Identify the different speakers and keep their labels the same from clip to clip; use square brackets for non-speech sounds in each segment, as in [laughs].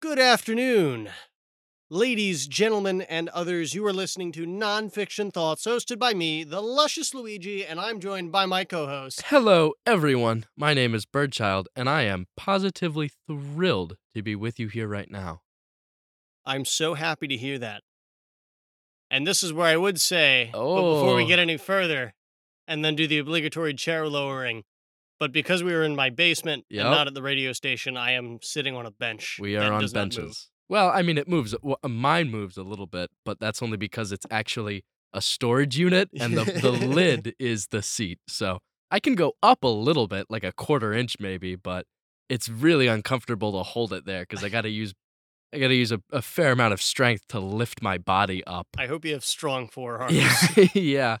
Speaker 1: Good afternoon, ladies, gentlemen, and others. You are listening to Nonfiction Thoughts, hosted by me, the luscious Luigi, and I'm joined by my co host.
Speaker 2: Hello, everyone. My name is Birdchild, and I am positively thrilled to be with you here right now.
Speaker 1: I'm so happy to hear that. And this is where I would say, but before we
Speaker 2: Oh.
Speaker 1: get any further, and then do the obligatory chair lowering. But because we were in my basement
Speaker 2: Yep.
Speaker 1: and not at the radio station, I am sitting on a bench.
Speaker 2: We are
Speaker 1: that
Speaker 2: on
Speaker 1: does not move.
Speaker 2: benches. Well, I mean, it moves. Well, uh, mine moves a little bit, but that's only because it's actually a
Speaker 1: [laughs]
Speaker 2: storage unit, and the, the lid is the seat. So I can go up a little bit, like a quarter inch maybe, but it's really uncomfortable to hold it there because I got to use. I got to use a, a fair amount of strength to lift my body up.
Speaker 1: I hope you have strong forearms.
Speaker 2: Yeah, [laughs] yeah.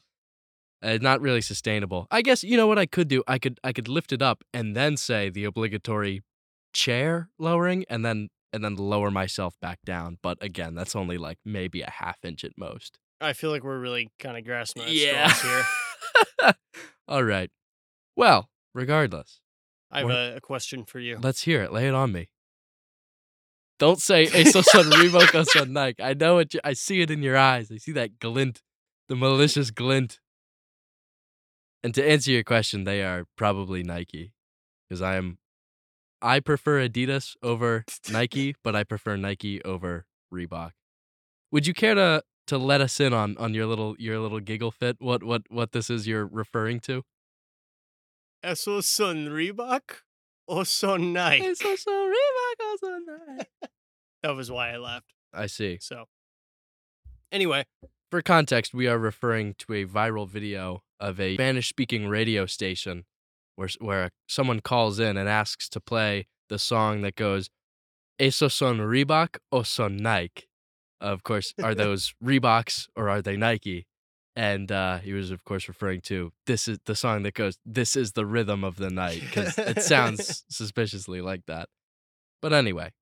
Speaker 2: Uh, not really sustainable. I guess you know what I could do. I could I could lift it up and then say the obligatory chair lowering, and then and then lower myself back down. But again, that's only like maybe a half inch at most.
Speaker 1: I feel like we're really kind of grasping at
Speaker 2: Yeah.
Speaker 1: straws here.
Speaker 2: [laughs] All right. Well, regardless,
Speaker 1: I have
Speaker 2: What-
Speaker 1: a, a question for you.
Speaker 2: let's hear it. Lay it on me. Don't say "eso son Reebok son [laughs] Nike." I know it. I see it in your eyes. I see that glint, the malicious glint. And to answer your question, they are probably Nike, because I am. I prefer Adidas over
Speaker 1: [laughs]
Speaker 2: Nike, but I prefer Nike over Reebok. Would you care to to let us in on on your little your little giggle fit? What what what this is you're referring to?
Speaker 1: Eso son Reebok o son Nike.
Speaker 2: "Eso son Reebok [laughs] son Nike."
Speaker 1: That was why I laughed.
Speaker 2: I see.
Speaker 1: So, anyway,
Speaker 2: For context, we are referring to a viral video of a Spanish speaking radio station where, where someone calls in and asks to play the song that goes, Esos son Reebok o son Nike? Of course,
Speaker 1: [laughs]
Speaker 2: are those Reeboks or are they Nike? And uh, he was, of course, referring to this is the song that goes, This is the rhythm of the night, because
Speaker 1: [laughs]
Speaker 2: it sounds suspiciously like that. But anyway,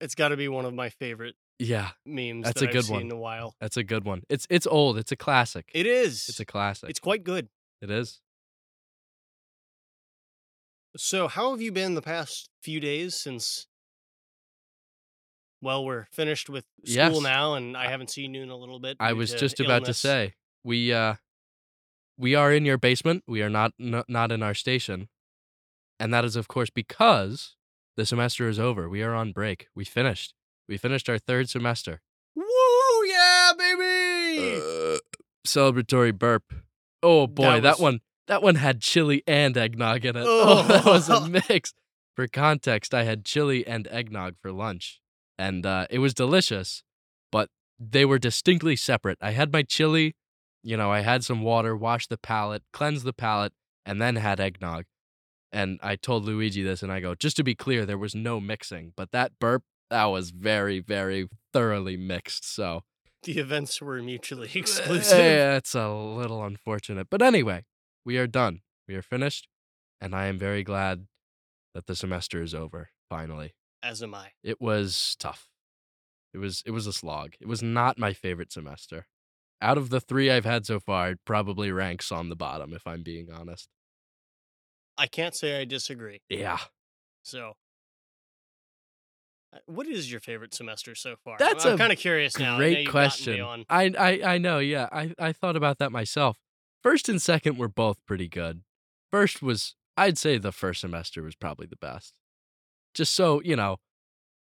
Speaker 1: it's got to be one of my favorite
Speaker 2: yeah,
Speaker 1: memes
Speaker 2: That's
Speaker 1: that
Speaker 2: a
Speaker 1: I've
Speaker 2: good
Speaker 1: seen
Speaker 2: one.
Speaker 1: in a while.
Speaker 2: that's a good one. It's, it's old, it's a classic.
Speaker 1: It is.
Speaker 2: it's a classic.
Speaker 1: It's quite good.
Speaker 2: it is.
Speaker 1: So, how have you been the past few days since? Well, we're finished with school
Speaker 2: Yes.
Speaker 1: now, and I haven't seen you in a little bit.
Speaker 2: I
Speaker 1: due
Speaker 2: was
Speaker 1: to
Speaker 2: just about
Speaker 1: illness.
Speaker 2: to say we uh we are in your basement. We are not n- not in our station, and that is of course because the semester is over. We are on break. We finished. We finished our third semester.
Speaker 1: Woo, yeah, baby!
Speaker 2: Uh. Celebratory burp. Oh boy, that,
Speaker 1: was-
Speaker 2: one that one had chili and eggnog in it. [laughs] Oh. that was a
Speaker 1: Oh. [laughs]
Speaker 2: mix. For context, I had chili and eggnog for lunch, and uh, it was delicious, but they were distinctly separate. I had my chili, you know, I had some water, washed the palate, cleansed the palate, and then had eggnog. And I told Luigi this, and I go, just to be clear, there was no mixing, but that burp, that was very, very thoroughly mixed. So
Speaker 1: the events were mutually [laughs] exclusive.
Speaker 2: Eh, [laughs] yeah, it's a little unfortunate. But anyway, we are done. We are finished. And I am very glad that the semester is over, finally.
Speaker 1: As am I.
Speaker 2: It was tough. It was it was a slog. It was not my favorite semester. Out of the three I've had so far, it probably ranks on the bottom, if I'm being honest.
Speaker 1: I can't say I disagree.
Speaker 2: Yeah.
Speaker 1: So, Uh, what is your favorite semester so far?
Speaker 2: That's
Speaker 1: I'm,
Speaker 2: a
Speaker 1: kind of curious now. now
Speaker 2: Great
Speaker 1: you've gotten me
Speaker 2: question.
Speaker 1: on-
Speaker 2: I, I I know. Yeah, I I thought about that myself. First and second were both pretty good. First was I'd say the first semester was probably the best. Just so you know,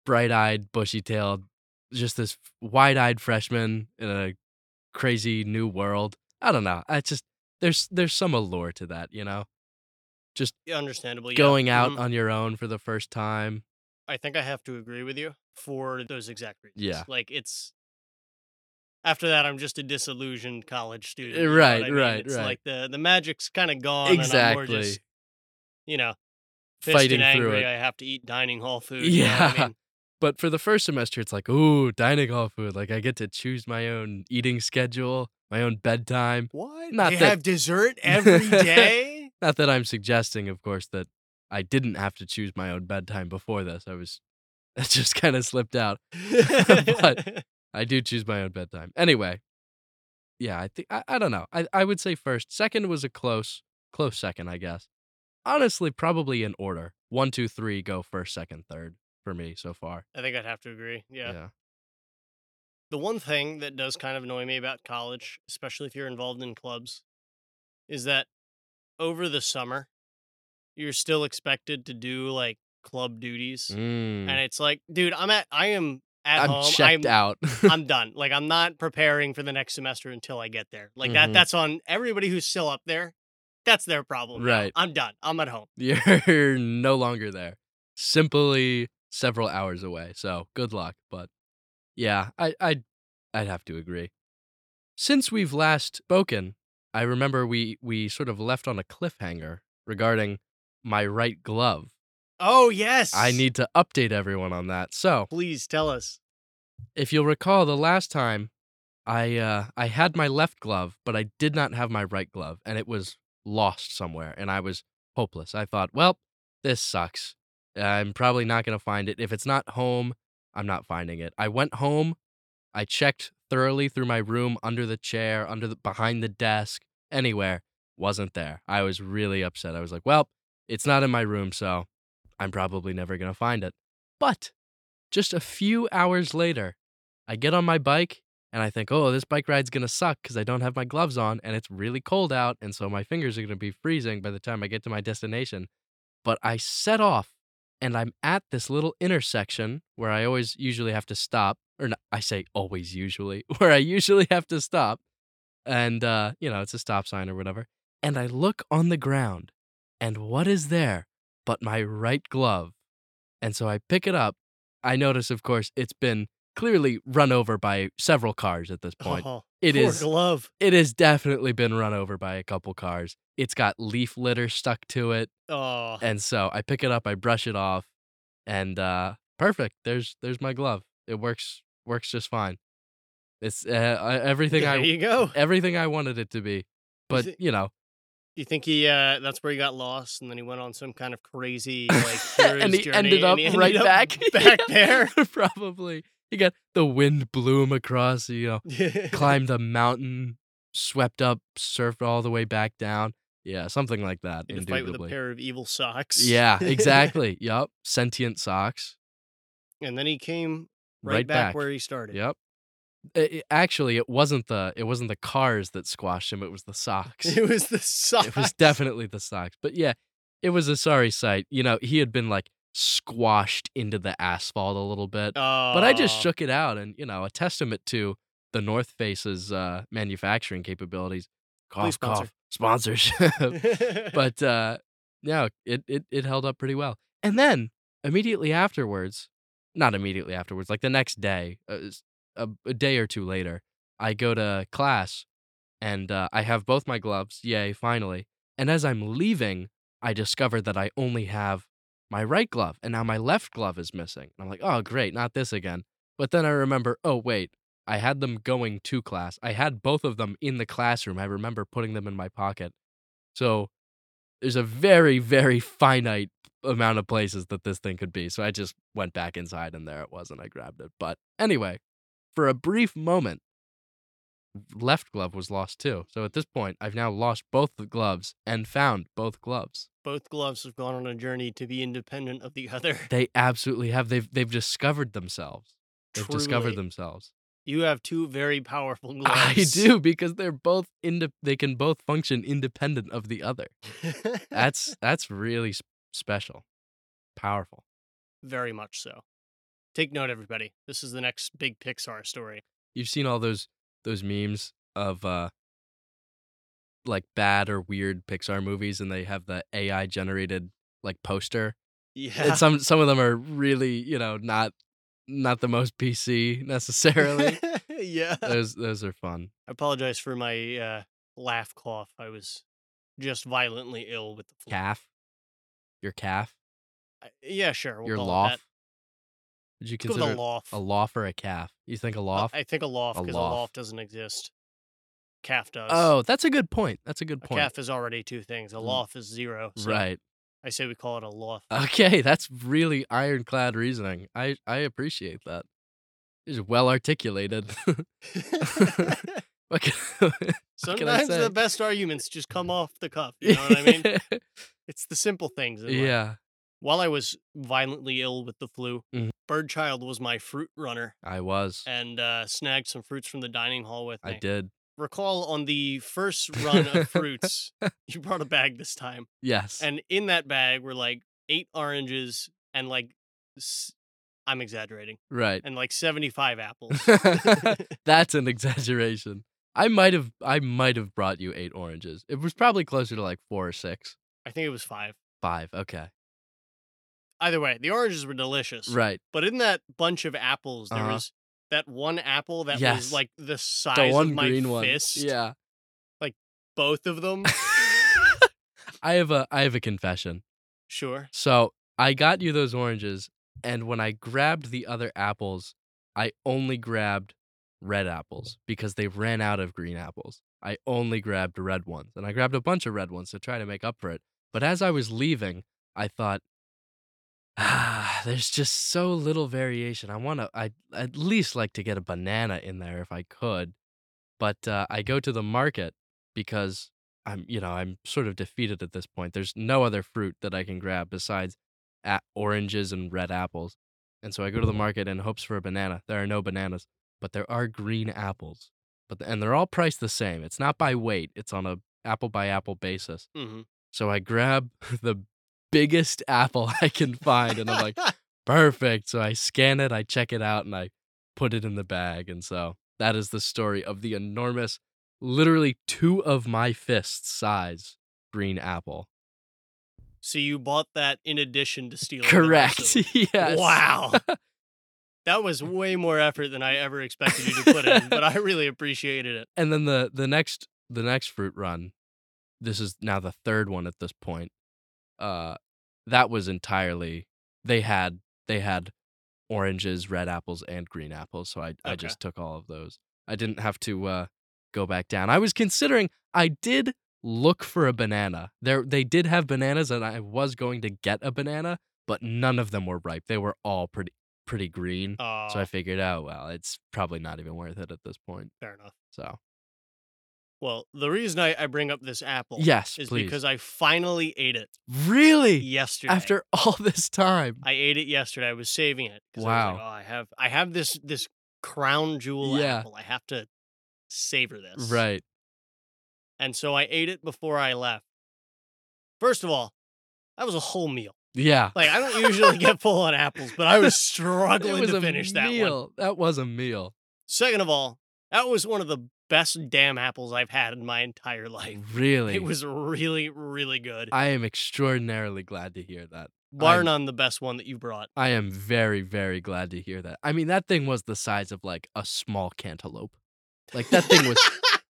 Speaker 2: bright-eyed, bushy-tailed, just this wide-eyed freshman in a crazy new world. I don't know. I just there's there's some allure to that, you know.
Speaker 1: Understandably, yeah.
Speaker 2: Going out
Speaker 1: Mhm.
Speaker 2: on your own for the first time.
Speaker 1: I think I have to agree with you for those exact reasons.
Speaker 2: Yeah.
Speaker 1: Like it's after that, I'm just a disillusioned college student.
Speaker 2: Uh,
Speaker 1: you know what
Speaker 2: right,
Speaker 1: I mean?
Speaker 2: right,
Speaker 1: It's
Speaker 2: right.
Speaker 1: Like the the magic's kind of gone. And I'm more
Speaker 2: exactly.
Speaker 1: just, you know, pissed
Speaker 2: Fighting
Speaker 1: and
Speaker 2: through
Speaker 1: angry.
Speaker 2: it.
Speaker 1: I have to eat dining hall food. you know what I
Speaker 2: Yeah. [laughs]
Speaker 1: mean?
Speaker 2: But for the first semester, it's like, ooh, dining hall food. Like I get to choose my own eating schedule, my own bedtime.
Speaker 1: What?
Speaker 2: Not
Speaker 1: they
Speaker 2: that-
Speaker 1: have
Speaker 2: [laughs]
Speaker 1: dessert every day.
Speaker 2: Not that I'm suggesting, of course, that I didn't have to choose my own bedtime before this. I was, [laughs] that just kind of slipped out.
Speaker 1: [laughs]
Speaker 2: But- I do choose my own bedtime. Anyway, yeah, I think I, I don't know. I, I would say first, second was a close, close second, I guess. Honestly, probably in order. One, two, three, go first, second, third. for me so far.
Speaker 1: I think I'd have to agree. Yeah.
Speaker 2: yeah.
Speaker 1: The one thing that does kind of annoy me about college, especially if you're involved in clubs, is that over the summer, you're still expected to do like club duties.
Speaker 2: Mm.
Speaker 1: And it's like, dude, I'm at, I am at
Speaker 2: I'm
Speaker 1: home.
Speaker 2: checked
Speaker 1: I'm,
Speaker 2: out.
Speaker 1: [laughs]
Speaker 2: [laughs]
Speaker 1: I'm done. Like, I'm not preparing for the next semester until I get there. Like, that,
Speaker 2: Mhm.
Speaker 1: that's on everybody who's still up there. That's their problem. now.
Speaker 2: Right.
Speaker 1: I'm done. I'm at home.
Speaker 2: [laughs] You're no longer there. Simply several hours away. So good luck. But yeah, I, I'd I'd have to agree. Since we've last spoken, I remember we we sort of left on a cliffhanger regarding my right glove.
Speaker 1: Oh, yes.
Speaker 2: I need to update everyone on that. So
Speaker 1: Please tell us.
Speaker 2: if you'll recall the last time I uh I had my left glove, but I did not have my right glove and it was lost somewhere and I was hopeless. I thought, well, this sucks. I'm probably not going to find it. If it's not home, I'm not finding it. I went home, I checked thoroughly through my room under the chair, under the behind the desk, anywhere, wasn't there. I was really upset. I was like, well, it's not in my room, so I'm probably never going to find it. But just a few hours later, I get on my bike and I think, oh, this bike ride's going to suck because I don't have my gloves on and it's really cold out. And so my fingers are going to be freezing by the time I get to my destination. But I set off and I'm at this little intersection where I always usually have to stop. Or no, I say always usually, [laughs] where I usually have to stop. And, uh, you know, it's a stop sign or whatever. And I look on the ground and what is there but my right glove? And so I pick it up. I notice, of course, it's been clearly run over by several cars at this
Speaker 1: [laughs]
Speaker 2: point.
Speaker 1: Oh,
Speaker 2: It
Speaker 1: poor
Speaker 2: is-
Speaker 1: glove.
Speaker 2: It has definitely been run over by a couple cars. It's got leaf litter stuck to it,
Speaker 1: Oh,
Speaker 2: and so I pick it up, I brush it off, and uh, perfect. There's there's my glove. It works works just fine. It's uh, uh, everything
Speaker 1: there
Speaker 2: I
Speaker 1: you go.
Speaker 2: everything I wanted it to be. But
Speaker 1: it-
Speaker 2: you know,
Speaker 1: You think he? Uh, that's where he got lost, and then he went on some kind of crazy like hero's
Speaker 2: [laughs] and he
Speaker 1: journey,
Speaker 2: ended up
Speaker 1: and he [laughs]
Speaker 2: right
Speaker 1: ended up
Speaker 2: back [laughs]
Speaker 1: back
Speaker 2: Yeah,
Speaker 1: there.
Speaker 2: probably. He got the wind blew him across. You know, [laughs]
Speaker 1: [laughs]
Speaker 2: climbed a mountain, swept up, surfed all the way back down. Yeah, something like that.
Speaker 1: in a fight with a
Speaker 2: indubitably.
Speaker 1: pair of [laughs] evil socks.
Speaker 2: Yeah, exactly. yep. Sentient socks.
Speaker 1: and then he came right,
Speaker 2: Right,
Speaker 1: back, where he started.
Speaker 2: Yep. I- I- actually, it wasn't the it wasn't the cars that squashed him. It was the socks.
Speaker 1: [laughs] [laughs] It was the socks.
Speaker 2: it was definitely the socks. But yeah, it was a sorry sight. You know, he had been like squashed into the asphalt a little bit. but I just
Speaker 1: Oh,
Speaker 2: shook it out, and you know, a testament to the North Face's uh, manufacturing capabilities. Cough,
Speaker 1: Please sponsor.
Speaker 2: cough, [laughs]
Speaker 1: [laughs]
Speaker 2: sponsorship. but uh no it, it it held up pretty well and then immediately afterwards not immediately afterwards like the next day uh, s- a, a day or two later i go to class and uh, i have both my gloves yay finally and as i'm leaving i discover that i only have my right glove and now my left glove is missing and i'm like oh great not this again but then i remember oh wait i had them going to class i had both of them in the classroom i remember putting them in my pocket so there's a very, very finite amount of places that this thing could be. So I just went back inside and there it was and I grabbed it. But anyway, for a brief moment, left glove was lost too. So at this point, I've now lost both the gloves and found both gloves.
Speaker 1: both gloves have gone on a journey to be independent of the other.
Speaker 2: They absolutely have. They've they've discovered themselves. They've
Speaker 1: Truly.
Speaker 2: discovered themselves.
Speaker 1: You have two very powerful gloves.
Speaker 2: [laughs] I
Speaker 1: [laughs]
Speaker 2: do because they're both inde- they can both function independent of the other. That's that's really s- special. Powerful.
Speaker 1: very much so. Take note, everybody. This is the next big Pixar story.
Speaker 2: you've seen all those those memes of uh like bad or weird Pixar movies and they have the AI generated like
Speaker 1: [laughs]
Speaker 2: poster.
Speaker 1: Yeah.
Speaker 2: And some some of them are really, you know, not not the most PC necessarily.
Speaker 1: [laughs] yeah. I
Speaker 2: those those are fun.
Speaker 1: apologize for my uh, laugh cough. I was just violently ill with the flu.
Speaker 2: Calf. Your calf.
Speaker 1: I- yeah, sure. We'll
Speaker 2: your
Speaker 1: call it
Speaker 2: loft.
Speaker 1: that.
Speaker 2: Would you
Speaker 1: Let's go with
Speaker 2: consider
Speaker 1: a loft. Uh,
Speaker 2: a loft or a calf? You think a loft?
Speaker 1: I think a loft
Speaker 2: A
Speaker 1: because a
Speaker 2: loft.
Speaker 1: loft doesn't exist. Calf does.
Speaker 2: oh, that's a good point. That's a good
Speaker 1: a
Speaker 2: point.
Speaker 1: calf is already two things. A
Speaker 2: Mm.
Speaker 1: loft is zero. So
Speaker 2: Right. Uh,
Speaker 1: I say we call it a loft. [laughs]
Speaker 2: [laughs] Okay, that's really ironclad reasoning. I I appreciate that. It's well articulated. [laughs] What can-
Speaker 1: Sometimes
Speaker 2: say?
Speaker 1: the
Speaker 2: [laughs]
Speaker 1: best arguments just come off the cuff. You know what I mean? It's the simple things. in life.
Speaker 2: yeah.
Speaker 1: While I was violently ill with the flu,
Speaker 2: Mhm.
Speaker 1: Birdchild was my fruit runner
Speaker 2: I was.
Speaker 1: and uh, snagged some fruits from the dining hall with me.
Speaker 2: I did.
Speaker 1: Recall on the first run of
Speaker 2: [laughs]
Speaker 1: fruits, you brought a bag this time.
Speaker 2: Yes.
Speaker 1: And in that bag were like eight oranges and like, s- I'm exaggerating, [laughs]
Speaker 2: right.
Speaker 1: and like 75
Speaker 2: [laughs]
Speaker 1: apples. [laughs]
Speaker 2: That's an exaggeration. I might have I might have brought you eight oranges. It was probably closer to like four or six.
Speaker 1: I think it was five.
Speaker 2: Five. Okay.
Speaker 1: Either way, the oranges were delicious.
Speaker 2: Right.
Speaker 1: But in that bunch of apples, there
Speaker 2: Uh-huh.
Speaker 1: was that one apple that
Speaker 2: Yes.
Speaker 1: was like the size
Speaker 2: The one
Speaker 1: of my
Speaker 2: green one.
Speaker 1: fist. [laughs]
Speaker 2: Yeah. [laughs]
Speaker 1: Both of them.
Speaker 2: I have a I have a confession.
Speaker 1: sure.
Speaker 2: So I got you those oranges, and when I grabbed the other apples, I only grabbed red apples because they ran out of green apples. I only grabbed red ones, and I grabbed a bunch of red ones to try to make up for it. But as I was leaving, I thought, ah, there's just so little variation. I want to, I at least like to get a banana in there if I could. But uh, I go to the market because I'm you know I'm sort of defeated at this point. There's no other fruit that I can grab besides a- oranges and red apples, and so I go to the market in hopes for a banana. There are no bananas, but there are green apples. But the, and they're all priced the same. It's not by weight. It's on a apple by apple basis.
Speaker 1: hmm
Speaker 2: So I grab [laughs] the biggest apple I can find, and I'm like, perfect. So I scan it, I check it out, and I put it in the bag. And so that is the story of the enormous, literally two of my fists size green apple.
Speaker 1: [laughs] so you bought that in addition
Speaker 2: [laughs]
Speaker 1: to stealing. the
Speaker 2: Correct.
Speaker 1: rest of
Speaker 2: yes.
Speaker 1: it.
Speaker 2: [laughs]
Speaker 1: Wow. that was way more effort than I ever expected you to put in, but I really appreciated it.
Speaker 2: And then the the next the next fruit run, this is now the third one at this point. Uh, that was entirely they had they had oranges, red apples, and green apples. So I I
Speaker 1: Okay.
Speaker 2: just took all of those. I didn't have to uh, go back down. I was considering. I did look for a banana. There they did have bananas, and I was going to get a banana, but none of them were ripe. They were all pretty pretty green.
Speaker 1: Uh,
Speaker 2: [laughs] So I figured, oh well, it's probably not even worth it at this point.
Speaker 1: fair enough.
Speaker 2: So
Speaker 1: Well, the reason I, I bring up this apple
Speaker 2: yes,
Speaker 1: is
Speaker 2: please.
Speaker 1: because I finally ate it
Speaker 2: really
Speaker 1: yesterday.
Speaker 2: after [laughs] all this time,
Speaker 1: I ate it yesterday. I was saving it. 'cause I was like,
Speaker 2: Wow.
Speaker 1: oh, I have I have this this crown jewel
Speaker 2: Yeah.
Speaker 1: apple. I have to savor this.
Speaker 2: right?
Speaker 1: And so I ate it before I left. First of all, that was a whole meal.
Speaker 2: Yeah,
Speaker 1: Like I don't usually get full on apples, but I was
Speaker 2: [laughs] It
Speaker 1: struggling
Speaker 2: was
Speaker 1: to
Speaker 2: a
Speaker 1: finish that one.
Speaker 2: meal. That was a meal.
Speaker 1: Second of all, that was one of the best damn apples I've had in my entire life.
Speaker 2: Really,
Speaker 1: It was really, really good.
Speaker 2: I am extraordinarily glad to hear that.
Speaker 1: Bar
Speaker 2: I'm-
Speaker 1: none the best one that you brought. [laughs]
Speaker 2: I am very, very glad to hear that. I mean, that thing was the size of like a small cantaloupe. Like that
Speaker 1: [laughs]
Speaker 2: thing was,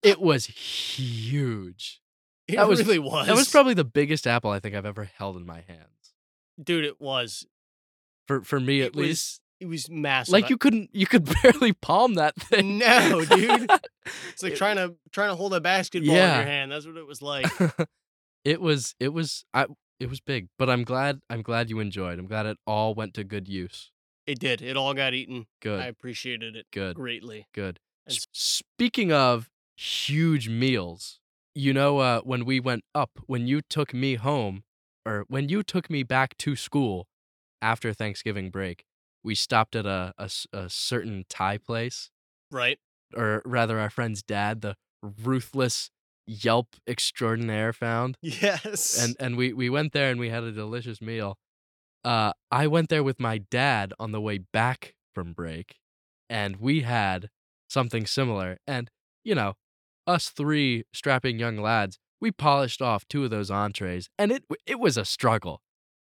Speaker 2: it was huge.
Speaker 1: It
Speaker 2: that was-
Speaker 1: really was.
Speaker 2: That was probably the biggest apple I think I've ever held in my hands.
Speaker 1: dude, it was.
Speaker 2: For for me,
Speaker 1: It
Speaker 2: at
Speaker 1: was
Speaker 2: least,
Speaker 1: It was massive.
Speaker 2: like you [laughs] couldn't, you could barely palm that thing.
Speaker 1: No, dude.
Speaker 2: [laughs]
Speaker 1: It's like
Speaker 2: It-
Speaker 1: trying to trying to hold a basketball in
Speaker 2: Yeah.
Speaker 1: your hand. That's what it was
Speaker 2: [laughs]
Speaker 1: like.
Speaker 2: it was it was I it was big, but I'm glad I'm glad you enjoyed. I'm glad it all went to good use.
Speaker 1: it did. It all got eaten.
Speaker 2: Good,
Speaker 1: I appreciated it
Speaker 2: good,
Speaker 1: greatly.
Speaker 2: good.
Speaker 1: and
Speaker 2: S- speaking of huge meals, you know, uh, when we went up, when you took me home, or when you took me back to school after Thanksgiving break, we stopped at a a s- a certain Thai place,
Speaker 1: Right? [laughs]
Speaker 2: or rather, our friend's dad, the ruthless Yelp extraordinaire, found.
Speaker 1: Yes.
Speaker 2: and and we we went there and we had a delicious meal. Uh, I went there with my dad on the way back from break, and we had something similar. And you know, us three strapping young lads, we polished off two of those entrees, and it it was a struggle.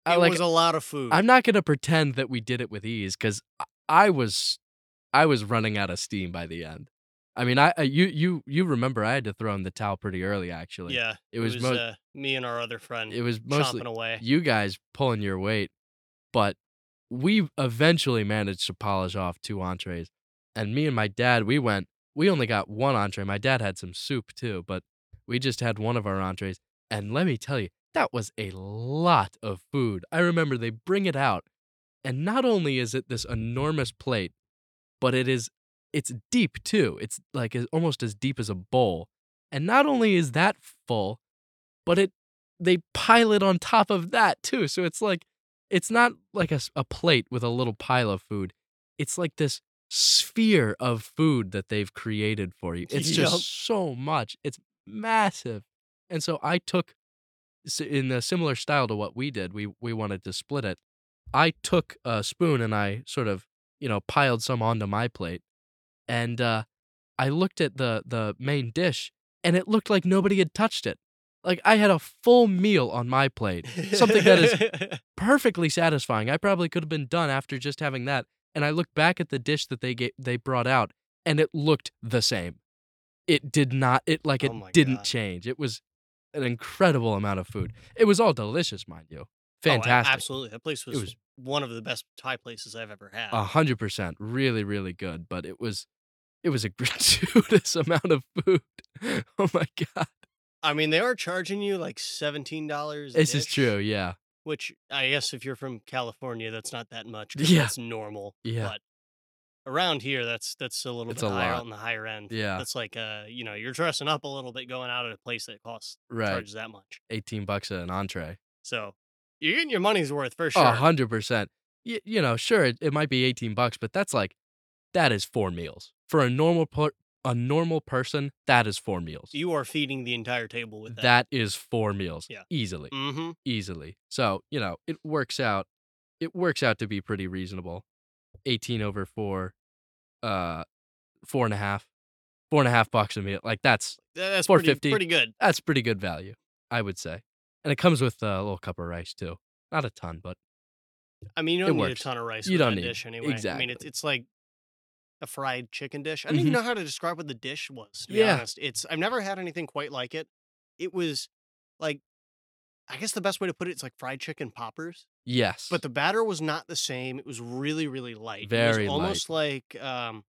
Speaker 2: I,
Speaker 1: it
Speaker 2: like
Speaker 1: was a lot of food.
Speaker 2: I'm not gonna pretend that we did it with ease because I was I was running out of steam by the end. I mean, I I- you you you remember I had to throw in the towel pretty early. Actually,
Speaker 1: yeah.
Speaker 2: it was, mo-
Speaker 1: uh, me and our other friend
Speaker 2: it was mostly
Speaker 1: chomping away.
Speaker 2: you guys pulling your weight, but we eventually managed to polish off two entrees. And me and my dad, we went, we only got one entree. My dad had some soup too, but we just had one of our entrees. And let me tell you, that was a lot of food. I remember they bring it out, and not only is it this enormous plate, but it is it's deep too. It's like as- almost as deep as a bowl. And not only is that full, but it they pile it on top of that too. So it's like it's not like a, s- a plate with a little pile of food. It's like this sphere of food that they've created for you. It's
Speaker 1: Yup.
Speaker 2: just so much. It's massive. And so I took s- in a similar style to what we did. We we wanted to split it. I took a spoon and I sort of, you know, piled some onto my plate. And uh I looked at the the main dish and it looked like nobody had touched it. Like I had a full meal on my plate something
Speaker 1: [laughs]
Speaker 2: that
Speaker 1: is
Speaker 2: perfectly satisfying. I probably could have been done after just having that. And I looked back at the dish that they ga- they brought out, and it looked the same. It did not. It like it
Speaker 1: Oh my
Speaker 2: didn't
Speaker 1: God.
Speaker 2: change. It was an incredible amount of food. It was all delicious, mind you.
Speaker 1: Oh,
Speaker 2: Fantastic.
Speaker 1: absolutely, that place was,
Speaker 2: was- Ah.
Speaker 1: one of the best Thai places I've ever had.
Speaker 2: A hundred percent. Really, really good. But it was, it was a [laughs] gratuitous amount of food. Oh my god.
Speaker 1: I mean, they are charging you like seventeen dollars.
Speaker 2: This is true. Yeah.
Speaker 1: Which I guess if you're from California, that's not that much.
Speaker 2: Yeah.
Speaker 1: it's normal.
Speaker 2: Yeah.
Speaker 1: But around here, that's that's a little
Speaker 2: It's
Speaker 1: bit
Speaker 2: a
Speaker 1: higher
Speaker 2: lot.
Speaker 1: on the higher end.
Speaker 2: Yeah.
Speaker 1: that's like uh, you know, you're dressing up a little bit going out at a place that costs
Speaker 2: Right.
Speaker 1: charges that much.
Speaker 2: Eighteen bucks an entree.
Speaker 1: So you're getting your money's worth for
Speaker 2: A
Speaker 1: sure.
Speaker 2: hundred percent. You, you know, sure, it, it might be eighteen bucks, but that's like that is four meals for a normal per, a normal person. That is four meals.
Speaker 1: You are feeding the entire table with that.
Speaker 2: that is four meals.
Speaker 1: Yeah.
Speaker 2: easily,
Speaker 1: Mm-hmm.
Speaker 2: easily. So you know, it works out. It works out to be pretty reasonable. Eighteen over four, uh, four and a half, four and a half bucks a meal. Like that's
Speaker 1: That's pretty,
Speaker 2: 450.
Speaker 1: pretty good.
Speaker 2: that's pretty good value, I would say. And it comes with a little cup of rice too. Not a ton, but
Speaker 1: I mean, you
Speaker 2: It
Speaker 1: don't need a
Speaker 2: works.
Speaker 1: ton of rice
Speaker 2: You
Speaker 1: with
Speaker 2: don't
Speaker 1: that
Speaker 2: need-
Speaker 1: dish anyway. I mean, it's
Speaker 2: exactly.
Speaker 1: it's like a fried chicken dish. I don't even
Speaker 2: Mhm.
Speaker 1: know how to describe what the dish was. To be
Speaker 2: Yeah.
Speaker 1: honest, it's I've never had anything quite like it. It was like, I guess the best way to put it is like fried chicken poppers,
Speaker 2: yes.
Speaker 1: but the batter was not the same. It was really really light.
Speaker 2: Very
Speaker 1: it
Speaker 2: light.
Speaker 1: was almost like um,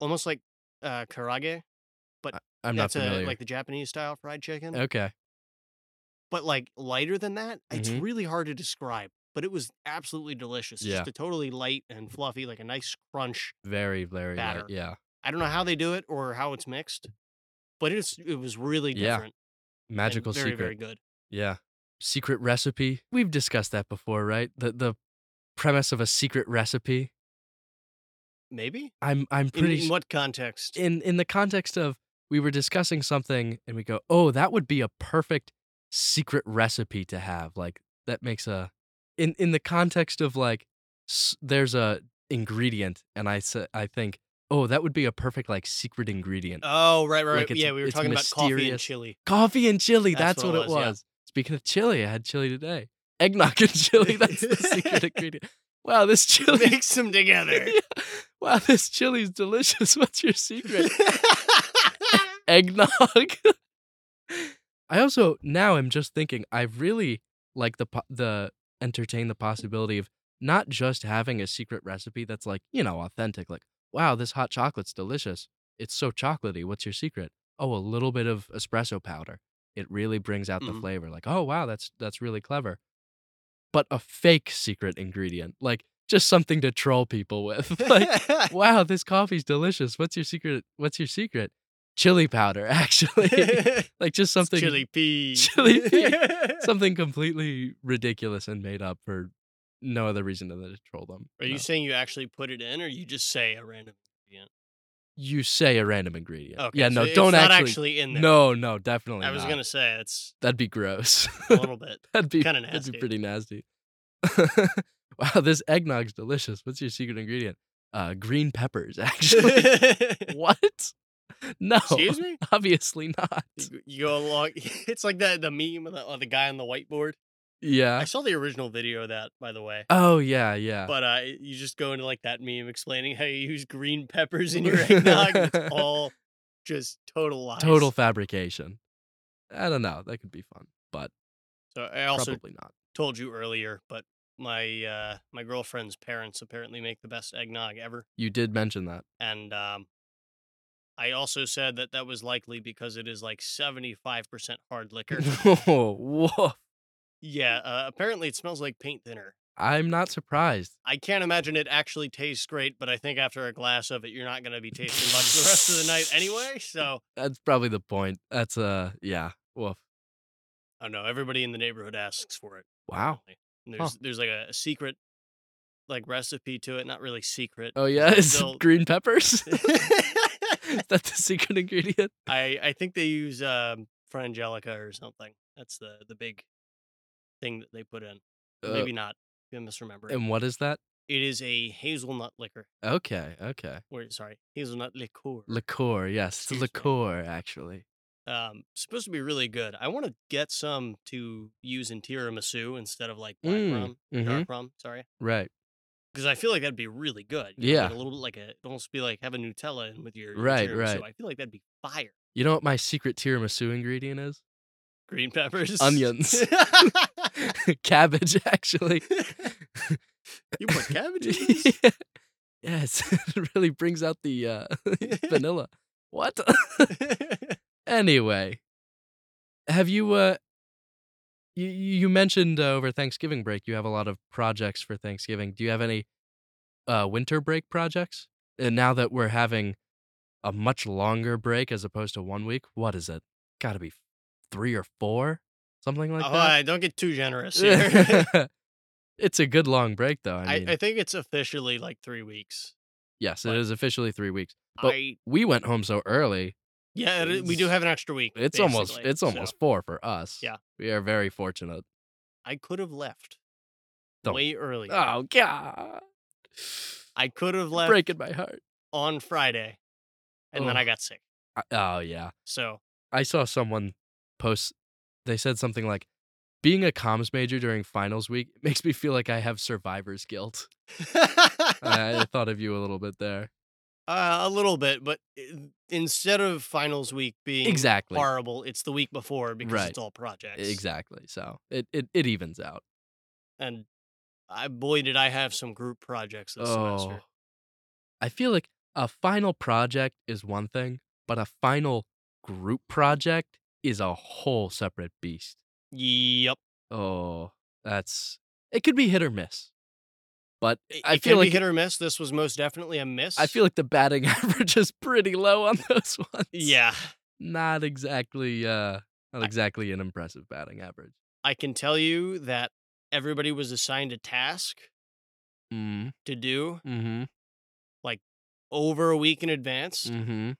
Speaker 1: almost like uh karage.
Speaker 2: I'm not
Speaker 1: That's
Speaker 2: familiar.
Speaker 1: a, like the Japanese style fried chicken.
Speaker 2: okay.
Speaker 1: but like lighter than that. It's
Speaker 2: Mhm.
Speaker 1: really hard to describe, but it was absolutely delicious.
Speaker 2: Yeah.
Speaker 1: Just a totally light and fluffy, like a nice crunch.
Speaker 2: Very, very light,
Speaker 1: batter.
Speaker 2: Yeah.
Speaker 1: I don't know how they do it or how it's mixed, but it's it was really
Speaker 2: Yeah.
Speaker 1: different. and
Speaker 2: Magical
Speaker 1: very,
Speaker 2: secret.
Speaker 1: Very good.
Speaker 2: Yeah. Secret recipe. We've discussed that before, right? The the premise of a secret recipe.
Speaker 1: Maybe
Speaker 2: I'm I'm
Speaker 1: in,
Speaker 2: pretty
Speaker 1: in
Speaker 2: s-
Speaker 1: what context?
Speaker 2: in in the context of we were discussing something and we go, "Oh, that would be a perfect secret recipe to have." Like that makes a in in the context of like s- there's a ingredient and I sa- I think, "Oh, that would be a perfect like secret ingredient."
Speaker 1: oh right, right.
Speaker 2: like
Speaker 1: right.
Speaker 2: it's-
Speaker 1: yeah, we were
Speaker 2: it's
Speaker 1: talking about coffee and
Speaker 2: mysterious.
Speaker 1: chili.
Speaker 2: Coffee and chili.
Speaker 1: That's
Speaker 2: That's,
Speaker 1: what
Speaker 2: what,
Speaker 1: it
Speaker 2: it
Speaker 1: was,
Speaker 2: was.
Speaker 1: yeah.
Speaker 2: Speaking of chili, I had chili today. Eggnog and [laughs] chili. That's
Speaker 1: [laughs]
Speaker 2: the secret ingredient. Wow, this chili. [laughs]
Speaker 1: Mix them together.
Speaker 2: Yeah. Wow, this chili's delicious. [laughs] What's your secret? Eggnog. I also now am just thinking. I really like the po- the entertain the possibility of not just having a secret recipe that's like you know authentic. Like, wow, this hot chocolate's delicious. It's so chocolatey. What's your secret? Oh, a little bit of espresso powder. It really brings out
Speaker 1: Mhm.
Speaker 2: the flavor. Like, oh wow, that's that's really clever. But a fake secret ingredient, like just something to troll people with. [laughs] Like,
Speaker 1: [laughs]
Speaker 2: wow, this coffee's delicious. What's your secret? What's your secret? Chili
Speaker 1: [laughs]
Speaker 2: powder, [laughs] actually. like just something
Speaker 1: chili pea.
Speaker 2: Chili pea.
Speaker 1: [laughs]
Speaker 2: something completely ridiculous and made up for no other reason than to troll them.
Speaker 1: Are you
Speaker 2: No.
Speaker 1: saying you actually put it in, or you just say a random?
Speaker 2: You say a random ingredient.
Speaker 1: Okay,
Speaker 2: yeah,
Speaker 1: so
Speaker 2: no,
Speaker 1: it's
Speaker 2: don't
Speaker 1: not
Speaker 2: actually,
Speaker 1: actually in there.
Speaker 2: No, no, definitely
Speaker 1: I was
Speaker 2: not.
Speaker 1: gonna say
Speaker 2: [laughs]
Speaker 1: it's
Speaker 2: That'd be gross.
Speaker 1: a little bit.
Speaker 2: that'd be
Speaker 1: kinda
Speaker 2: That'd
Speaker 1: nasty.
Speaker 2: be pretty nasty. [laughs] wow, this eggnog's delicious. What's your secret ingredient? Uh, green peppers, [laughs] actually.
Speaker 1: [laughs]
Speaker 2: [laughs] what? No,
Speaker 1: Excuse me.
Speaker 2: obviously not.
Speaker 1: You- You go along. [laughs] It's like that the meme of the, of the guy on the whiteboard.
Speaker 2: Yeah.
Speaker 1: I saw the original video of that, by the way.
Speaker 2: Oh yeah, yeah.
Speaker 1: But uh, you just go into like that meme explaining how you use green peppers
Speaker 2: [laughs]
Speaker 1: in your eggnog. and it's all just total lies.
Speaker 2: Total fabrication. I don't know. That could be fun, but
Speaker 1: So I also
Speaker 2: probably not.
Speaker 1: told you earlier, but my uh, my girlfriend's parents apparently make the best eggnog ever.
Speaker 2: You did mention that. [laughs]
Speaker 1: And um, I also said that that was likely because it is like 75% hard
Speaker 2: [laughs]
Speaker 1: liquor.
Speaker 2: oh, whoa.
Speaker 1: yeah, uh, apparently it smells like paint thinner.
Speaker 2: I'm not surprised.
Speaker 1: I can't imagine it actually tastes great, but I think after a glass of it, you're not going to be tasting much the rest of the
Speaker 2: [laughs]
Speaker 1: night anyway. So,
Speaker 2: That's probably the point. That's uh yeah. Woof.
Speaker 1: I don't know. Everybody in the neighborhood asks for it.
Speaker 2: Wow.
Speaker 1: apparently. And there's there's like a secret like recipe to it. Not really secret.
Speaker 2: Oh
Speaker 1: 'cause
Speaker 2: yeah, [laughs]
Speaker 1: they [laughs]
Speaker 2: it's
Speaker 1: don't-
Speaker 2: green peppers. Is that the secret ingredient?
Speaker 1: I I think they use um, frangelica or something. That's the the big thing that they put in.
Speaker 2: Uh,
Speaker 1: Maybe not. I'm misremembering.
Speaker 2: And what is that?
Speaker 1: it is a hazelnut liquor.
Speaker 2: Okay, okay.
Speaker 1: Or sorry, hazelnut liqueur.
Speaker 2: Liqueur, yes, it's a
Speaker 1: Excuse me.
Speaker 2: liqueur actually.
Speaker 1: um, supposed to be really good. I want to get some to use in tiramisu instead of like black
Speaker 2: Mm,
Speaker 1: rum,
Speaker 2: mhm.
Speaker 1: dark rum. Sorry,
Speaker 2: Right,
Speaker 1: because I feel like that'd be really good. you know, like
Speaker 2: Yeah.
Speaker 1: a little bit like a it'd almost be like having Nutella in with your your
Speaker 2: Right,
Speaker 1: tiramisu.
Speaker 2: right.
Speaker 1: I feel like that'd be fire.
Speaker 2: you know what my secret tiramisu ingredient is? [laughs]
Speaker 1: Green peppers,
Speaker 2: Onions. Cabbage, actually.
Speaker 1: [laughs] you put [laughs] cabbages. in this?
Speaker 2: [laughs] yes, [laughs] it really brings out the uh, [laughs] vanilla. What? [laughs] anyway, have you uh you you mentioned uh, over Thanksgiving break you have a lot of projects for Thanksgiving. Do you have any uh winter break projects? And now that we're having a much longer break as opposed to one week, what is it? Got to be 3 or 4? Something like
Speaker 1: oh,
Speaker 2: that.
Speaker 1: I don't get too
Speaker 2: [laughs]
Speaker 1: generous here. [laughs]
Speaker 2: it's a good long break though. I
Speaker 1: I,
Speaker 2: mean,
Speaker 1: I think it's officially like three weeks.
Speaker 2: yes, it
Speaker 1: but-
Speaker 2: is officially 3 weeks. But-
Speaker 1: I
Speaker 2: We went home so early.
Speaker 1: yeah, it- we do
Speaker 2: It's-
Speaker 1: have an extra week.
Speaker 2: It's almost
Speaker 1: basically,
Speaker 2: it's
Speaker 1: so
Speaker 2: almost 4 for us.
Speaker 1: Yeah.
Speaker 2: We are very fortunate.
Speaker 1: I could have left
Speaker 2: Don't-
Speaker 1: way earlier.
Speaker 2: Oh god.
Speaker 1: I could have left
Speaker 2: Breaking my heart.
Speaker 1: on Friday, and then I
Speaker 2: Ugh.
Speaker 1: got sick.
Speaker 2: I- oh yeah.
Speaker 1: So
Speaker 2: I saw someone post they said something like being a comms major during finals week [laughs] makes me feel like I have survivor's guilt. I, I thought of you a little bit there.
Speaker 1: [laughs] uh, a little bit, but i- instead of finals week being
Speaker 2: Exactly.
Speaker 1: horrible, it's the week before because
Speaker 2: Right.
Speaker 1: it's all projects.
Speaker 2: Exactly. So it, it, it evens out.
Speaker 1: And I boy did I have some group projects this
Speaker 2: Oh.
Speaker 1: semester.
Speaker 2: I feel like a final project is one thing, but a final group project is a whole separate beast.
Speaker 1: Yep.
Speaker 2: Oh, that's it could be hit or miss. But
Speaker 1: It,
Speaker 2: I
Speaker 1: it
Speaker 2: feel
Speaker 1: can
Speaker 2: like
Speaker 1: be hit or miss. This was most definitely a miss.
Speaker 2: I feel like the batting [laughs] average is pretty low on [laughs] those ones.
Speaker 1: Yeah.
Speaker 2: Not exactly uh not exactly an impressive batting average.
Speaker 1: I can tell you that everybody was assigned a task
Speaker 2: Mm.
Speaker 1: to do
Speaker 2: Mm-hmm.
Speaker 1: over a week in advance.
Speaker 2: Mm-hmm.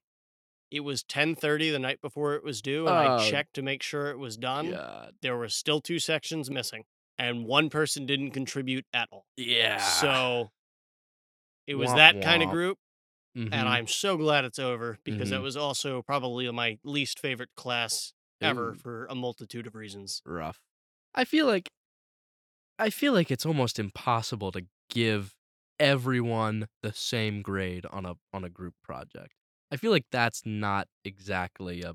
Speaker 1: it was 10:30 the night before it was due and I
Speaker 2: Oh.
Speaker 1: checked to make sure it was done.
Speaker 2: Yeah.
Speaker 1: There were still two sections missing and one person didn't contribute at all.
Speaker 2: Yeah.
Speaker 1: So it was
Speaker 2: Ah. Womp
Speaker 1: that kind of
Speaker 2: womp.
Speaker 1: group
Speaker 2: Mhm.
Speaker 1: and I'm so glad it's over because that
Speaker 2: Mhm.
Speaker 1: was also probably my least favorite class ever
Speaker 2: Ooh,
Speaker 1: for a multitude of reasons.
Speaker 2: rough. I feel like I feel like it's almost impossible to give everyone the same grade on a on a group project. I feel like that's not exactly a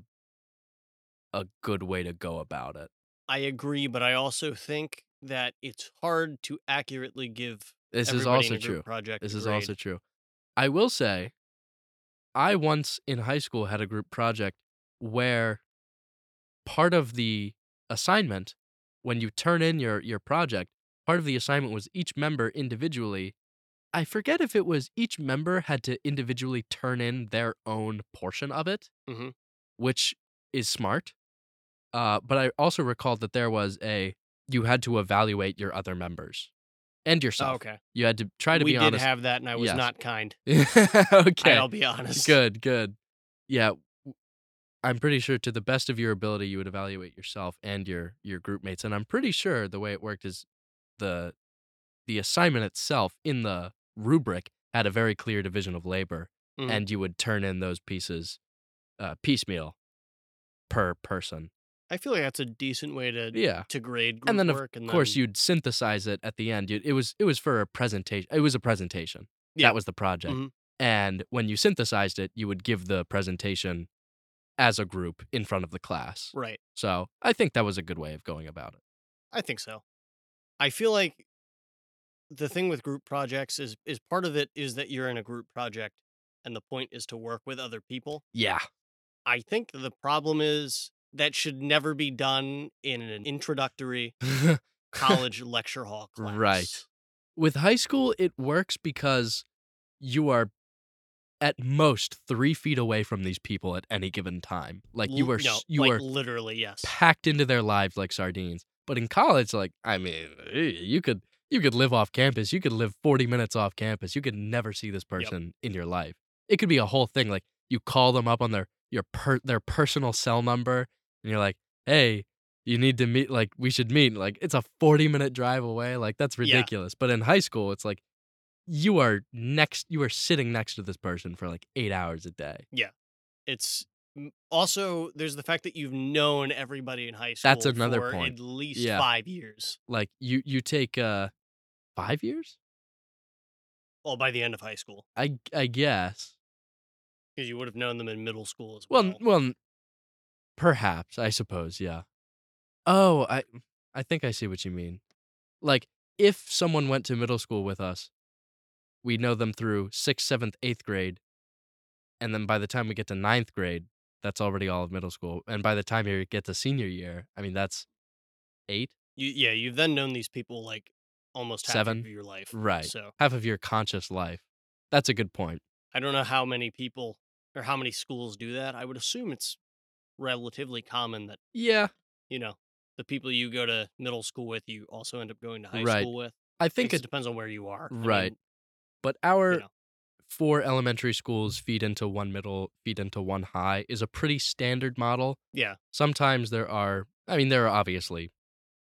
Speaker 2: a good way to go about it.
Speaker 1: I agree but I also think that it's hard to accurately give
Speaker 2: This is
Speaker 1: everybody in
Speaker 2: also
Speaker 1: a group
Speaker 2: true.
Speaker 1: project a
Speaker 2: This is
Speaker 1: grade.
Speaker 2: also true. I will say, I once in high school had a group project where part of the assignment, when you turn in your, your project, part of the assignment was each member individually. I forget if it was each member had to individually turn in their own portion of it,
Speaker 1: Mhm.
Speaker 2: which is smart. Uh, but I also recalled that there was a you had to evaluate your other members and
Speaker 1: Oh,
Speaker 2: yourself.
Speaker 1: okay.
Speaker 2: You had to try to
Speaker 1: we
Speaker 2: be
Speaker 1: did
Speaker 2: honest.
Speaker 1: have that and I was
Speaker 2: Yes.
Speaker 1: not
Speaker 2: [laughs]
Speaker 1: kind.
Speaker 2: okay.
Speaker 1: I'll be honest.
Speaker 2: Good, good. Yeah. w- I'm pretty sure to the best of your ability you would evaluate yourself and your your group mates. And I'm pretty sure the way it worked is the the assignment itself in the rubric had a very clear division of labor
Speaker 1: Mhm.
Speaker 2: and you would turn in those pieces uh, piecemeal per person.
Speaker 1: I feel like that's a decent way to
Speaker 2: Yeah.
Speaker 1: to grade group
Speaker 2: And then, of
Speaker 1: work. And
Speaker 2: Of course
Speaker 1: then-
Speaker 2: you'd synthesize it at the end. You, it was it was for a presentation. It was a presentation.
Speaker 1: Yeah.
Speaker 2: That was the project.
Speaker 1: Mhm.
Speaker 2: And when you synthesized it, you would give the presentation as a group in front of the class.
Speaker 1: right.
Speaker 2: So I think that was a good way of going about it.
Speaker 1: I think so. I feel like the thing with group projects is is part of it is that you're in a group project, and the point is to work with other people.
Speaker 2: Yeah.
Speaker 1: I think the problem is that should never be done in an introductory college lecture hall class.
Speaker 2: Right. [laughs] With high school, it works because you are at most three feet away from these people at any given time. Like you
Speaker 1: L-
Speaker 2: are,
Speaker 1: no,
Speaker 2: s- you
Speaker 1: like
Speaker 2: are
Speaker 1: literally yes.
Speaker 2: packed into their lives like sardines. But in college, like I mean, eh, you could you could live off campus. You could live 40 minutes off campus. You could never see this person in your life. It could be a whole thing. Like you call them up on their your per, their personal cell number, and you're like, hey, you need to meet. Like we should meet. Like it's a 40 minute drive away. Like that's
Speaker 1: Yeah.
Speaker 2: ridiculous. But in high school, it's like you are next. You are sitting next to this person for like eight hours a day.
Speaker 1: It's m- also there's the fact that you've known everybody in high school.
Speaker 2: That's another
Speaker 1: for
Speaker 2: point.
Speaker 1: At least
Speaker 2: Yeah.
Speaker 1: five years.
Speaker 2: Like you you take uh five years.
Speaker 1: Well, by the end of high school,
Speaker 2: I I guess.
Speaker 1: because you would have known them in middle school as well.
Speaker 2: Well, n- well, n- perhaps I suppose, yeah. Oh, I, I think I see what you mean. Like, if someone went to middle school with us, we know them through sixth, seventh, eighth grade, and then by the time we get to ninth grade, that's already all of middle school. And by the time you get to senior year, I mean that's eight,
Speaker 1: you, yeah, you've then known these people like almost half
Speaker 2: Seven.
Speaker 1: of your life.
Speaker 2: Right.
Speaker 1: So
Speaker 2: half of your conscious life. That's a good point.
Speaker 1: I don't know how many people or how many schools do that. I would assume it's relatively common that
Speaker 2: Yeah,
Speaker 1: you know the people you go to middle school with, you also end up going to high
Speaker 2: Right.
Speaker 1: school with.
Speaker 2: I
Speaker 1: I think
Speaker 2: think
Speaker 1: it
Speaker 2: it.
Speaker 1: depends on where you are. I
Speaker 2: Right.
Speaker 1: mean,
Speaker 2: But our
Speaker 1: you know.
Speaker 2: four elementary schools feed into one middle, feed into one high is a pretty standard model.
Speaker 1: Yeah.
Speaker 2: Sometimes there are, I mean, there are obviously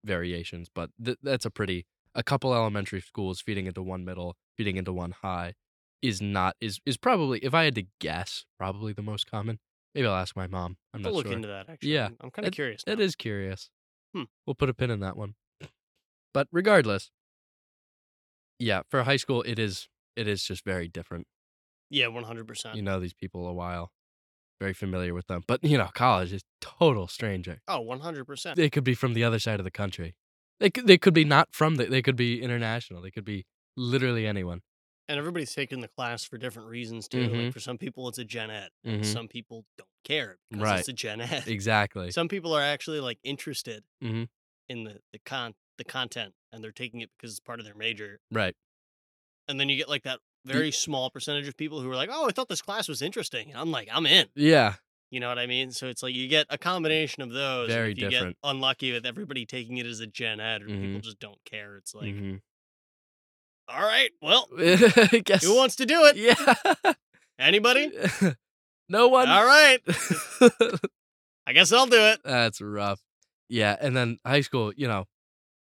Speaker 2: variations, but th- that's a pretty, a couple elementary schools feeding into one middle, feeding into one high is not, is, is probably, if I had to guess, probably the most common. Maybe I'll ask my mom. I'm
Speaker 1: We'll
Speaker 2: not
Speaker 1: look
Speaker 2: sure.
Speaker 1: into that actually.
Speaker 2: Yeah.
Speaker 1: I'm- I'm kind of curious.
Speaker 2: That
Speaker 1: now.
Speaker 2: is curious.
Speaker 1: Hmm.
Speaker 2: We'll put a pin in that one. But regardless, yeah, for high school, it is, it is just very different
Speaker 1: Yeah, one hundred percent.
Speaker 2: you know these people a while, very familiar with them. But you know, college is total stranger.
Speaker 1: Oh, one hundred percent.
Speaker 2: They could be from the other side of the country. They could, they could be not from the. They could be international. They could be literally anyone.
Speaker 1: And everybody's taking the class for different reasons too. Like
Speaker 2: Mhm.
Speaker 1: for some people, it's a gen ed.
Speaker 2: Mhm.
Speaker 1: Some people don't care because
Speaker 2: Right.
Speaker 1: it's a gen ed.
Speaker 2: Exactly.
Speaker 1: Some people are actually like interested
Speaker 2: Mhm.
Speaker 1: in the the con the content and they're taking it because it's part of their major.
Speaker 2: Right.
Speaker 1: And then you get like that very small percentage of people who are like, "Oh, I thought this class was interesting," and I'm like, "I'm in."
Speaker 2: Yeah.
Speaker 1: You know what I mean? So it's like you get a combination of those. and
Speaker 2: Mm. Very
Speaker 1: if you
Speaker 2: different.
Speaker 1: Get unlucky with everybody taking it as a gen ed, or people
Speaker 2: Mhm.
Speaker 1: just don't care. It's like, [laughs]
Speaker 2: Mhm.
Speaker 1: "All right, well,
Speaker 2: I [laughs] guess.
Speaker 1: who wants to do it?
Speaker 2: Yeah.
Speaker 1: Anybody?
Speaker 2: [laughs] no one.
Speaker 1: All right, I guess I'll do it."
Speaker 2: [laughs] That's rough. Yeah, and then high school, you know,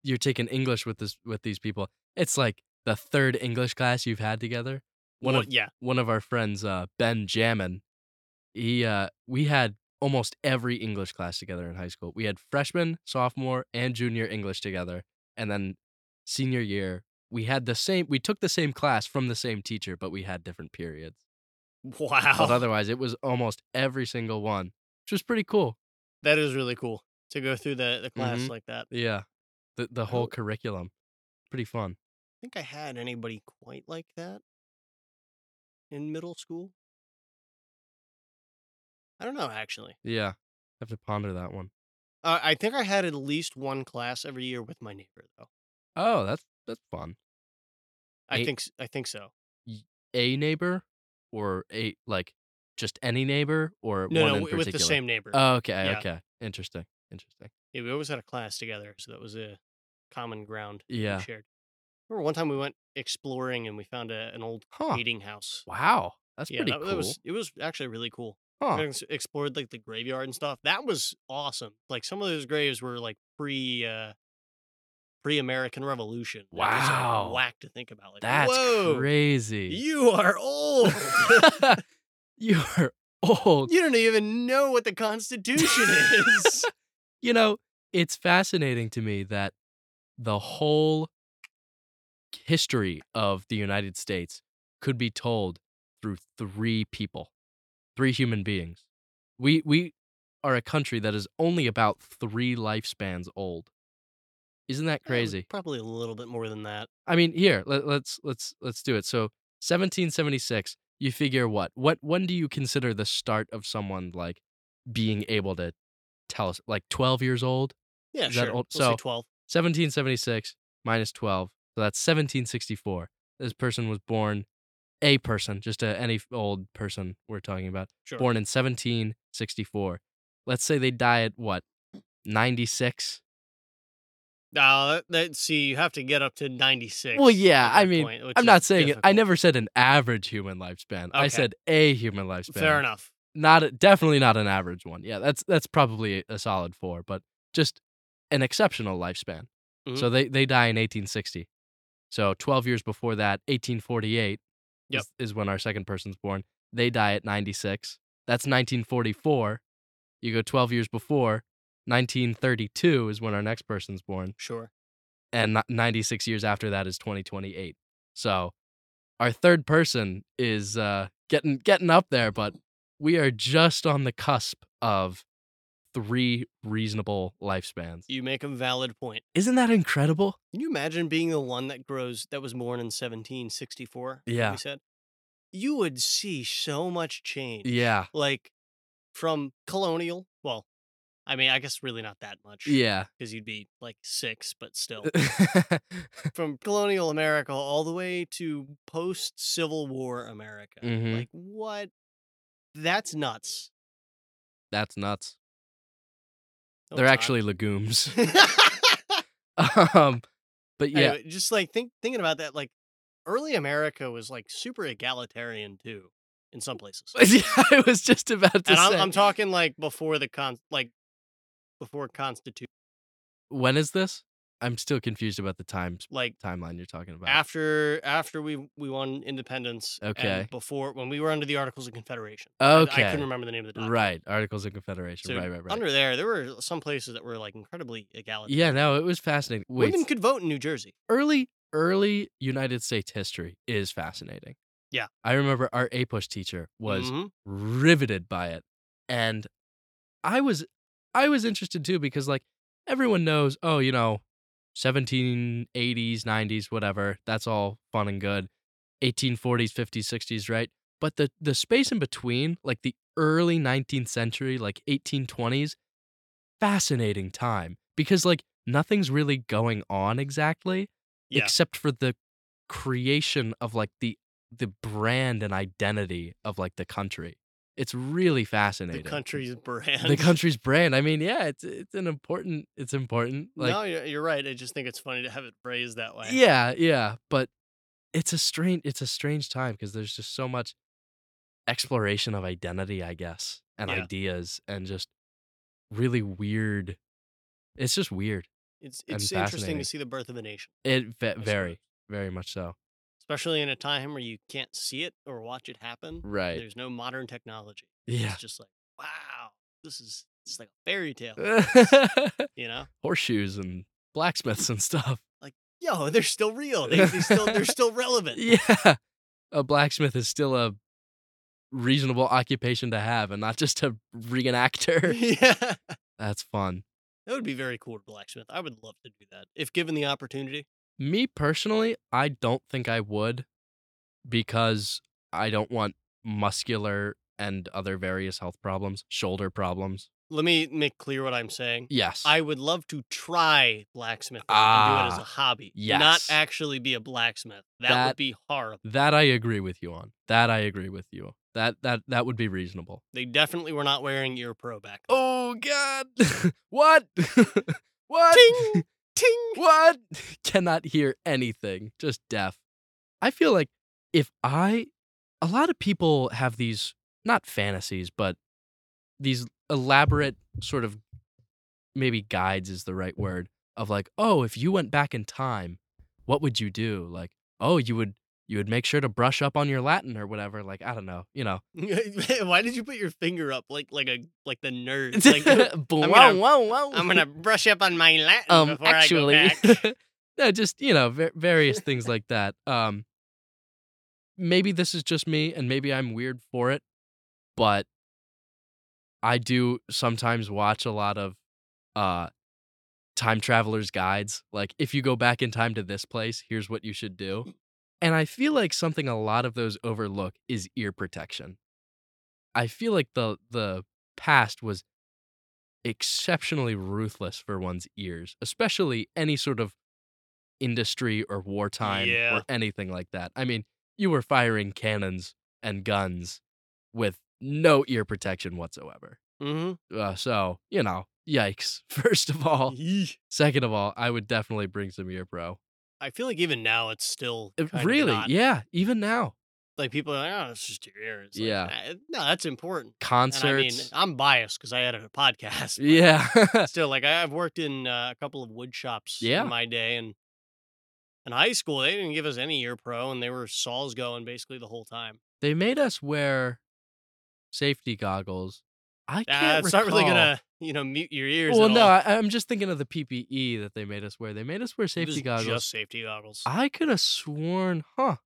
Speaker 2: you're taking English with this with these people. It's like the third English class you've had together. One
Speaker 1: Well,
Speaker 2: of
Speaker 1: yeah,
Speaker 2: one of our friends, uh, Ben Jammin, he uh, we had almost every English class together in high school. We had freshman, sophomore, and junior English together, and then senior year we had the same. We took the same class from the same teacher, but we had different periods.
Speaker 1: wow,
Speaker 2: But otherwise, it was almost every single one, which was pretty cool.
Speaker 1: [laughs] that is really cool to go through the the class
Speaker 2: Mhm.
Speaker 1: like that. I
Speaker 2: Yeah, the the whole
Speaker 1: Oh.
Speaker 2: curriculum, pretty fun.
Speaker 1: think I had anybody quite like that in middle school. I don't know actually.
Speaker 2: Yeah, have to ponder that one.
Speaker 1: Uh, I think I had at least one class every year with my neighbor though.
Speaker 2: Oh, that's that's fun.
Speaker 1: I
Speaker 2: Eight-
Speaker 1: think s- I think so.
Speaker 2: a neighbor or a like just any neighbor or
Speaker 1: No,
Speaker 2: one
Speaker 1: no,
Speaker 2: in
Speaker 1: w- with the
Speaker 2: particular?
Speaker 1: same neighbor.
Speaker 2: Oh, okay,
Speaker 1: Yeah.
Speaker 2: okay. Interesting. Interesting.
Speaker 1: yeah, we always had a class together, so that was a common ground
Speaker 2: Yeah.
Speaker 1: we shared. Remember one time we went exploring and we found a, an old
Speaker 2: Huh.
Speaker 1: eating house.
Speaker 2: Wow. That's
Speaker 1: yeah,
Speaker 2: pretty
Speaker 1: that,
Speaker 2: cool.
Speaker 1: that was it was actually really cool.
Speaker 2: huh.
Speaker 1: We ex- explored like the graveyard and stuff. That was awesome. Like some of those graves were like pre uh pre American Revolution. It was, like,
Speaker 2: Wow.
Speaker 1: whack to think about. Like
Speaker 2: That's
Speaker 1: whoa,
Speaker 2: crazy.
Speaker 1: you [laughs] are old.
Speaker 2: [laughs] you are old.
Speaker 1: you don't even know what the
Speaker 2: [laughs]
Speaker 1: Constitution is.
Speaker 2: You know, it's fascinating to me that the whole history of the United States could be told through three people, three human beings. We we are a country that is only about three lifespans old. Isn't that
Speaker 1: Uh, it was
Speaker 2: crazy?
Speaker 1: Probably a little bit more than that.
Speaker 2: I mean, here let, let's let's let's do it. So, 1776. You figure what? What? When do you consider the start of someone like being able to tell us? Like 12 years old.
Speaker 1: Yeah,
Speaker 2: Is that
Speaker 1: sure.
Speaker 2: old-
Speaker 1: We'll say
Speaker 2: so-
Speaker 1: 12.
Speaker 2: 1776 minus 12. So that's 1764. This person was born, a person, just a, any old person we're talking about,
Speaker 1: Sure.
Speaker 2: born in 1764. Let's say they die at what, 96?
Speaker 1: Now, that, that, see, you have to get up to 96.
Speaker 2: Well, yeah,
Speaker 1: at
Speaker 2: I
Speaker 1: that
Speaker 2: mean,
Speaker 1: point, which
Speaker 2: I'm
Speaker 1: is
Speaker 2: not saying it. I
Speaker 1: difficult.
Speaker 2: never said an average human lifespan. I
Speaker 1: Okay.
Speaker 2: said a human lifespan.
Speaker 1: Fair enough.
Speaker 2: Not a, definitely not an average one. Yeah, that's that's probably a solid four, but just an exceptional lifespan. So they they die in 1860. So 12 years before that, 1848
Speaker 1: Yep.
Speaker 2: is, is when our second person's born. They die at 96. That's 1944. You go 12 years before, 1932 is when our next person's born
Speaker 1: Sure.
Speaker 2: and n- 96 years after that is 2028. So our third person is uh, getting getting up there, but we are just on the cusp of three reasonable lifespans.
Speaker 1: You make a valid point.
Speaker 2: Isn't that incredible?
Speaker 1: Can you imagine being the one that grows that was born in 1764?
Speaker 2: Yeah.
Speaker 1: We said you would see so much change.
Speaker 2: Yeah,
Speaker 1: Like from colonial, well, I mean, I guess really not that much.
Speaker 2: yeah.
Speaker 1: Because you'd be like six, but still. from colonial America all the way to post Civil War America.
Speaker 2: Mhm.
Speaker 1: Like, what? That's nuts.
Speaker 2: [laughs] That's nuts.
Speaker 1: No,
Speaker 2: They're
Speaker 1: it's not. [laughs]
Speaker 2: actually legumes. [laughs] um, but yeah,
Speaker 1: Anyway, just like think thinking about that, like early America was like super egalitarian too, in some
Speaker 2: [laughs]
Speaker 1: places. and
Speaker 2: [laughs] yeah, I was just about to
Speaker 1: I'm,
Speaker 2: say.
Speaker 1: I'm talking like before the con, like before constitution,
Speaker 2: when is this? I'm still confused about the times
Speaker 1: like
Speaker 2: timeline you're talking about.
Speaker 1: after after we we won independence. and
Speaker 2: Okay.
Speaker 1: before when we were under the Articles of Confederation. I-
Speaker 2: okay,
Speaker 1: I couldn't remember the name of the document.
Speaker 2: right. Articles of Confederation.
Speaker 1: So
Speaker 2: right, right, right.
Speaker 1: Under there, there were some places that were like incredibly egalitarian.
Speaker 2: Yeah, no, it was fascinating. Wait,
Speaker 1: Women could vote in New Jersey.
Speaker 2: early early United States history is fascinating.
Speaker 1: Yeah.
Speaker 2: I remember our APUSH teacher was
Speaker 1: Mhm.
Speaker 2: riveted by it, and I was I was interested too because like everyone knows, oh, you know, 1780s, 90s, whatever. That's all fun and good. 1840s, 50s, 60s, right? But the the space in between, like the early 19th century, like 1820s, fascinating time because like nothing's really going on exactly
Speaker 1: Yeah.
Speaker 2: except for the creation of like the the brand and identity of like the country. It's really
Speaker 1: the
Speaker 2: fascinating. [laughs]
Speaker 1: country's brand. [laughs]
Speaker 2: the country's brand. I mean, yeah, it's it's an important it's important. Like
Speaker 1: no, you're, you're right. I just think it's funny to have it phrased that way.
Speaker 2: Yeah, yeah, but it's a strange it's a strange time because there's just so much exploration of identity, I guess, and
Speaker 1: Yeah.
Speaker 2: ideas and just really weird. It's just weird.
Speaker 1: It's
Speaker 2: And
Speaker 1: it's interesting
Speaker 2: fascinating.
Speaker 1: to see the birth of a nation,
Speaker 2: It ve-
Speaker 1: suppose.
Speaker 2: very very much so.
Speaker 1: especially in a time where you can't see it or watch it happen.
Speaker 2: Right.
Speaker 1: There's no modern technology.
Speaker 2: Yeah. [laughs]
Speaker 1: It's just like, wow, this is it's like a fairy tale, you know?
Speaker 2: Horseshoes and blacksmiths and stuff.
Speaker 1: Yo, they're still real. They, they still
Speaker 2: [laughs]
Speaker 1: they're still relevant.
Speaker 2: Yeah. A blacksmith is still a reasonable occupation to have and not just a
Speaker 1: [laughs]
Speaker 2: reenactor.
Speaker 1: [laughs] yeah.
Speaker 2: That's fun.
Speaker 1: That would be very cool to blacksmith. I would love to do that if given the opportunity.
Speaker 2: Me personally, I don't think I would because I don't want muscular and other various health problems, shoulder problems.
Speaker 1: Let me make clear what I'm saying.
Speaker 2: Yes.
Speaker 1: I would love to try blacksmithing and do it as
Speaker 2: Ah,
Speaker 1: a hobby. Not
Speaker 2: yes.
Speaker 1: actually be a blacksmith. That,
Speaker 2: That-
Speaker 1: would be horrible.
Speaker 2: that I agree with you on. That I agree with you. That that that would be reasonable.
Speaker 1: They definitely were not wearing ear pro back then.
Speaker 2: Oh God! [laughs] what? what?
Speaker 1: Ting! ting.
Speaker 2: [laughs] What? Cannot hear anything. Just deaf. I feel like if I, a lot of people have these not fantasies, but these elaborate sort of maybe guides is the right word of like, oh, if you went back in time, what would you do? Like, oh, you would you would make sure to brush up on your Latin or whatever. Like, I don't know, you know.
Speaker 1: [laughs] Why did you put your finger up like like a like the nerd? Like,
Speaker 2: [laughs] Boom,
Speaker 1: gonna-
Speaker 2: wow, wow, wow.
Speaker 1: I'm gonna brush up on my Latin
Speaker 2: um
Speaker 1: before
Speaker 2: actually [laughs]
Speaker 1: I go back.
Speaker 2: no just you know va-
Speaker 1: [laughs]
Speaker 2: various things like that um maybe this is just me and maybe i'm weird for it but i do sometimes watch a lot of uh time travelers guides like if you go back in time to this place here's what you should do and i feel like something a lot of those overlook is ear protection i feel like the the past was exceptionally ruthless for one's ears, especially any sort of industry or wartime
Speaker 1: Yeah.
Speaker 2: or anything like that. I mean, you were firing cannons and guns with no ear protection whatsoever.
Speaker 1: hmm
Speaker 2: Uh, so, you know, Yikes. [laughs] First of all,
Speaker 1: Eeh.
Speaker 2: second of all, I would definitely bring some ear pro.
Speaker 1: I feel like even now it's still
Speaker 2: It-
Speaker 1: kind of
Speaker 2: really?
Speaker 1: not.
Speaker 2: Yeah. Even now,
Speaker 1: Like people are like, oh, it's just your ears. Like,
Speaker 2: Yeah.
Speaker 1: "Nah, no, that's important. And I mean, [laughs]
Speaker 2: concerts.
Speaker 1: I'm biased because I edit a podcast. but
Speaker 2: yeah. [laughs]
Speaker 1: Still, like I- I've worked in uh, a couple of wood shops
Speaker 2: Yeah.
Speaker 1: in my day, and in high school they didn't give us any ear pro, and they were saws going basically the whole time.
Speaker 2: they made us wear safety goggles. I
Speaker 1: Uh,
Speaker 2: can't
Speaker 1: it's not really [laughs]
Speaker 2: recall.
Speaker 1: gonna, you know, mute your ears.
Speaker 2: Well,
Speaker 1: at
Speaker 2: no,
Speaker 1: all.
Speaker 2: I, I'm just thinking of the PPE that they made us wear. They made us wear
Speaker 1: It
Speaker 2: safety
Speaker 1: was
Speaker 2: goggles.
Speaker 1: Just safety goggles.
Speaker 2: I could have sworn, huh?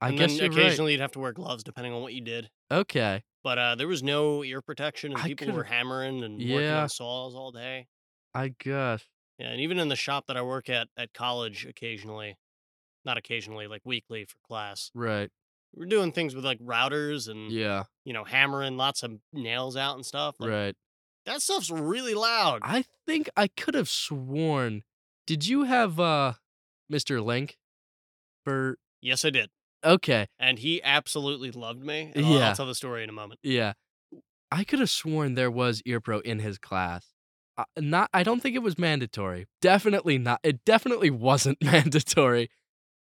Speaker 2: I
Speaker 1: and
Speaker 2: guess
Speaker 1: then
Speaker 2: you're right.
Speaker 1: occasionally you'd have to wear gloves depending on what you did.
Speaker 2: Okay,
Speaker 1: But uh, there was no ear protection, and
Speaker 2: I
Speaker 1: people
Speaker 2: could've-
Speaker 1: were hammering and working
Speaker 2: Yeah.
Speaker 1: on saws all day.
Speaker 2: I guess.
Speaker 1: Yeah, and even in the shop that I work at at college, occasionally, not occasionally, like weekly for class,
Speaker 2: Right.
Speaker 1: we're doing things with like routers and
Speaker 2: Yeah.
Speaker 1: you know hammering lots of nails out and stuff. Mm, Like,
Speaker 2: Right.
Speaker 1: That stuff's really loud.
Speaker 2: I think I could have sworn. Did you have uh Mr. Link for
Speaker 1: yes, I did,
Speaker 2: Okay.
Speaker 1: and he absolutely loved me. and I'll-
Speaker 2: Yeah.
Speaker 1: I'll tell the story in a moment.
Speaker 2: Yeah. I could have sworn there was earpro in his class. Uh, not I don't think it was mandatory. Definitely not. It definitely wasn't [laughs] mandatory.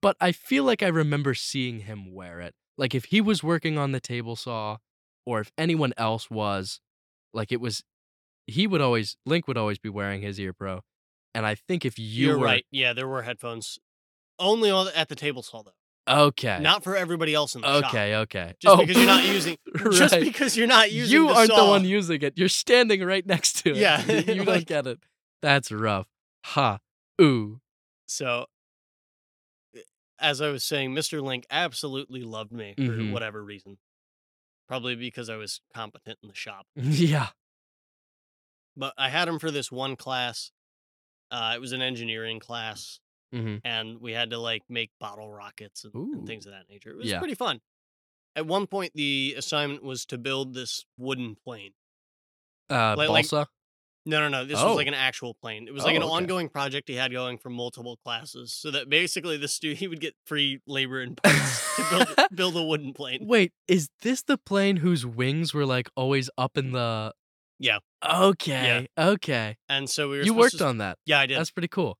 Speaker 2: But I feel like I remember seeing him wear it. Like if he was working on the table saw or if anyone else was, like it was he would always Link would always be wearing his earpro. And I think if you
Speaker 1: are
Speaker 2: were
Speaker 1: right. Yeah, there were headphones only on, at the table saw though,
Speaker 2: okay.
Speaker 1: not for everybody else in the shop.
Speaker 2: okay, [laughs] okay.
Speaker 1: Just
Speaker 2: Oh,
Speaker 1: because you're not
Speaker 2: [laughs]
Speaker 1: using, [laughs] just
Speaker 2: right.
Speaker 1: because you're not using,
Speaker 2: you
Speaker 1: the
Speaker 2: aren't the
Speaker 1: saw.
Speaker 2: one using it. You're standing right next to it.
Speaker 1: Yeah, [laughs]
Speaker 2: You- you don't
Speaker 1: like-
Speaker 2: get it. That's rough. Ha. Ooh. [laughs]
Speaker 1: So, eh, as I was saying, Mr. Link absolutely loved me for
Speaker 2: Mhm.
Speaker 1: whatever reason. Probably because I was competent in the shop.
Speaker 2: Yeah.
Speaker 1: But I had him for this one class. Uh, it was an engineering class,
Speaker 2: Mm-hmm.
Speaker 1: and we had to like make bottle rockets and, and
Speaker 2: Ooh.
Speaker 1: things of that nature. It was
Speaker 2: Yeah.
Speaker 1: pretty fun. At one point, the assignment was to build this wooden plane.
Speaker 2: Uh,
Speaker 1: Like- like-
Speaker 2: balsa.
Speaker 1: No, no, no. This
Speaker 2: Oh.
Speaker 1: was like an actual plane. It was like
Speaker 2: Oh,
Speaker 1: an
Speaker 2: okay.
Speaker 1: ongoing project he had going for multiple classes, so that basically the student [laughs] he would get free labor
Speaker 2: [laughs]
Speaker 1: and parts to build build a wooden plane.
Speaker 2: Wait, is this the plane whose wings were like always up in the?
Speaker 1: Yeah.
Speaker 2: Okay. Okay.
Speaker 1: And so we were
Speaker 2: You
Speaker 1: supposed
Speaker 2: worked
Speaker 1: to,
Speaker 2: on that.
Speaker 1: yeah, I did.
Speaker 2: That's pretty cool.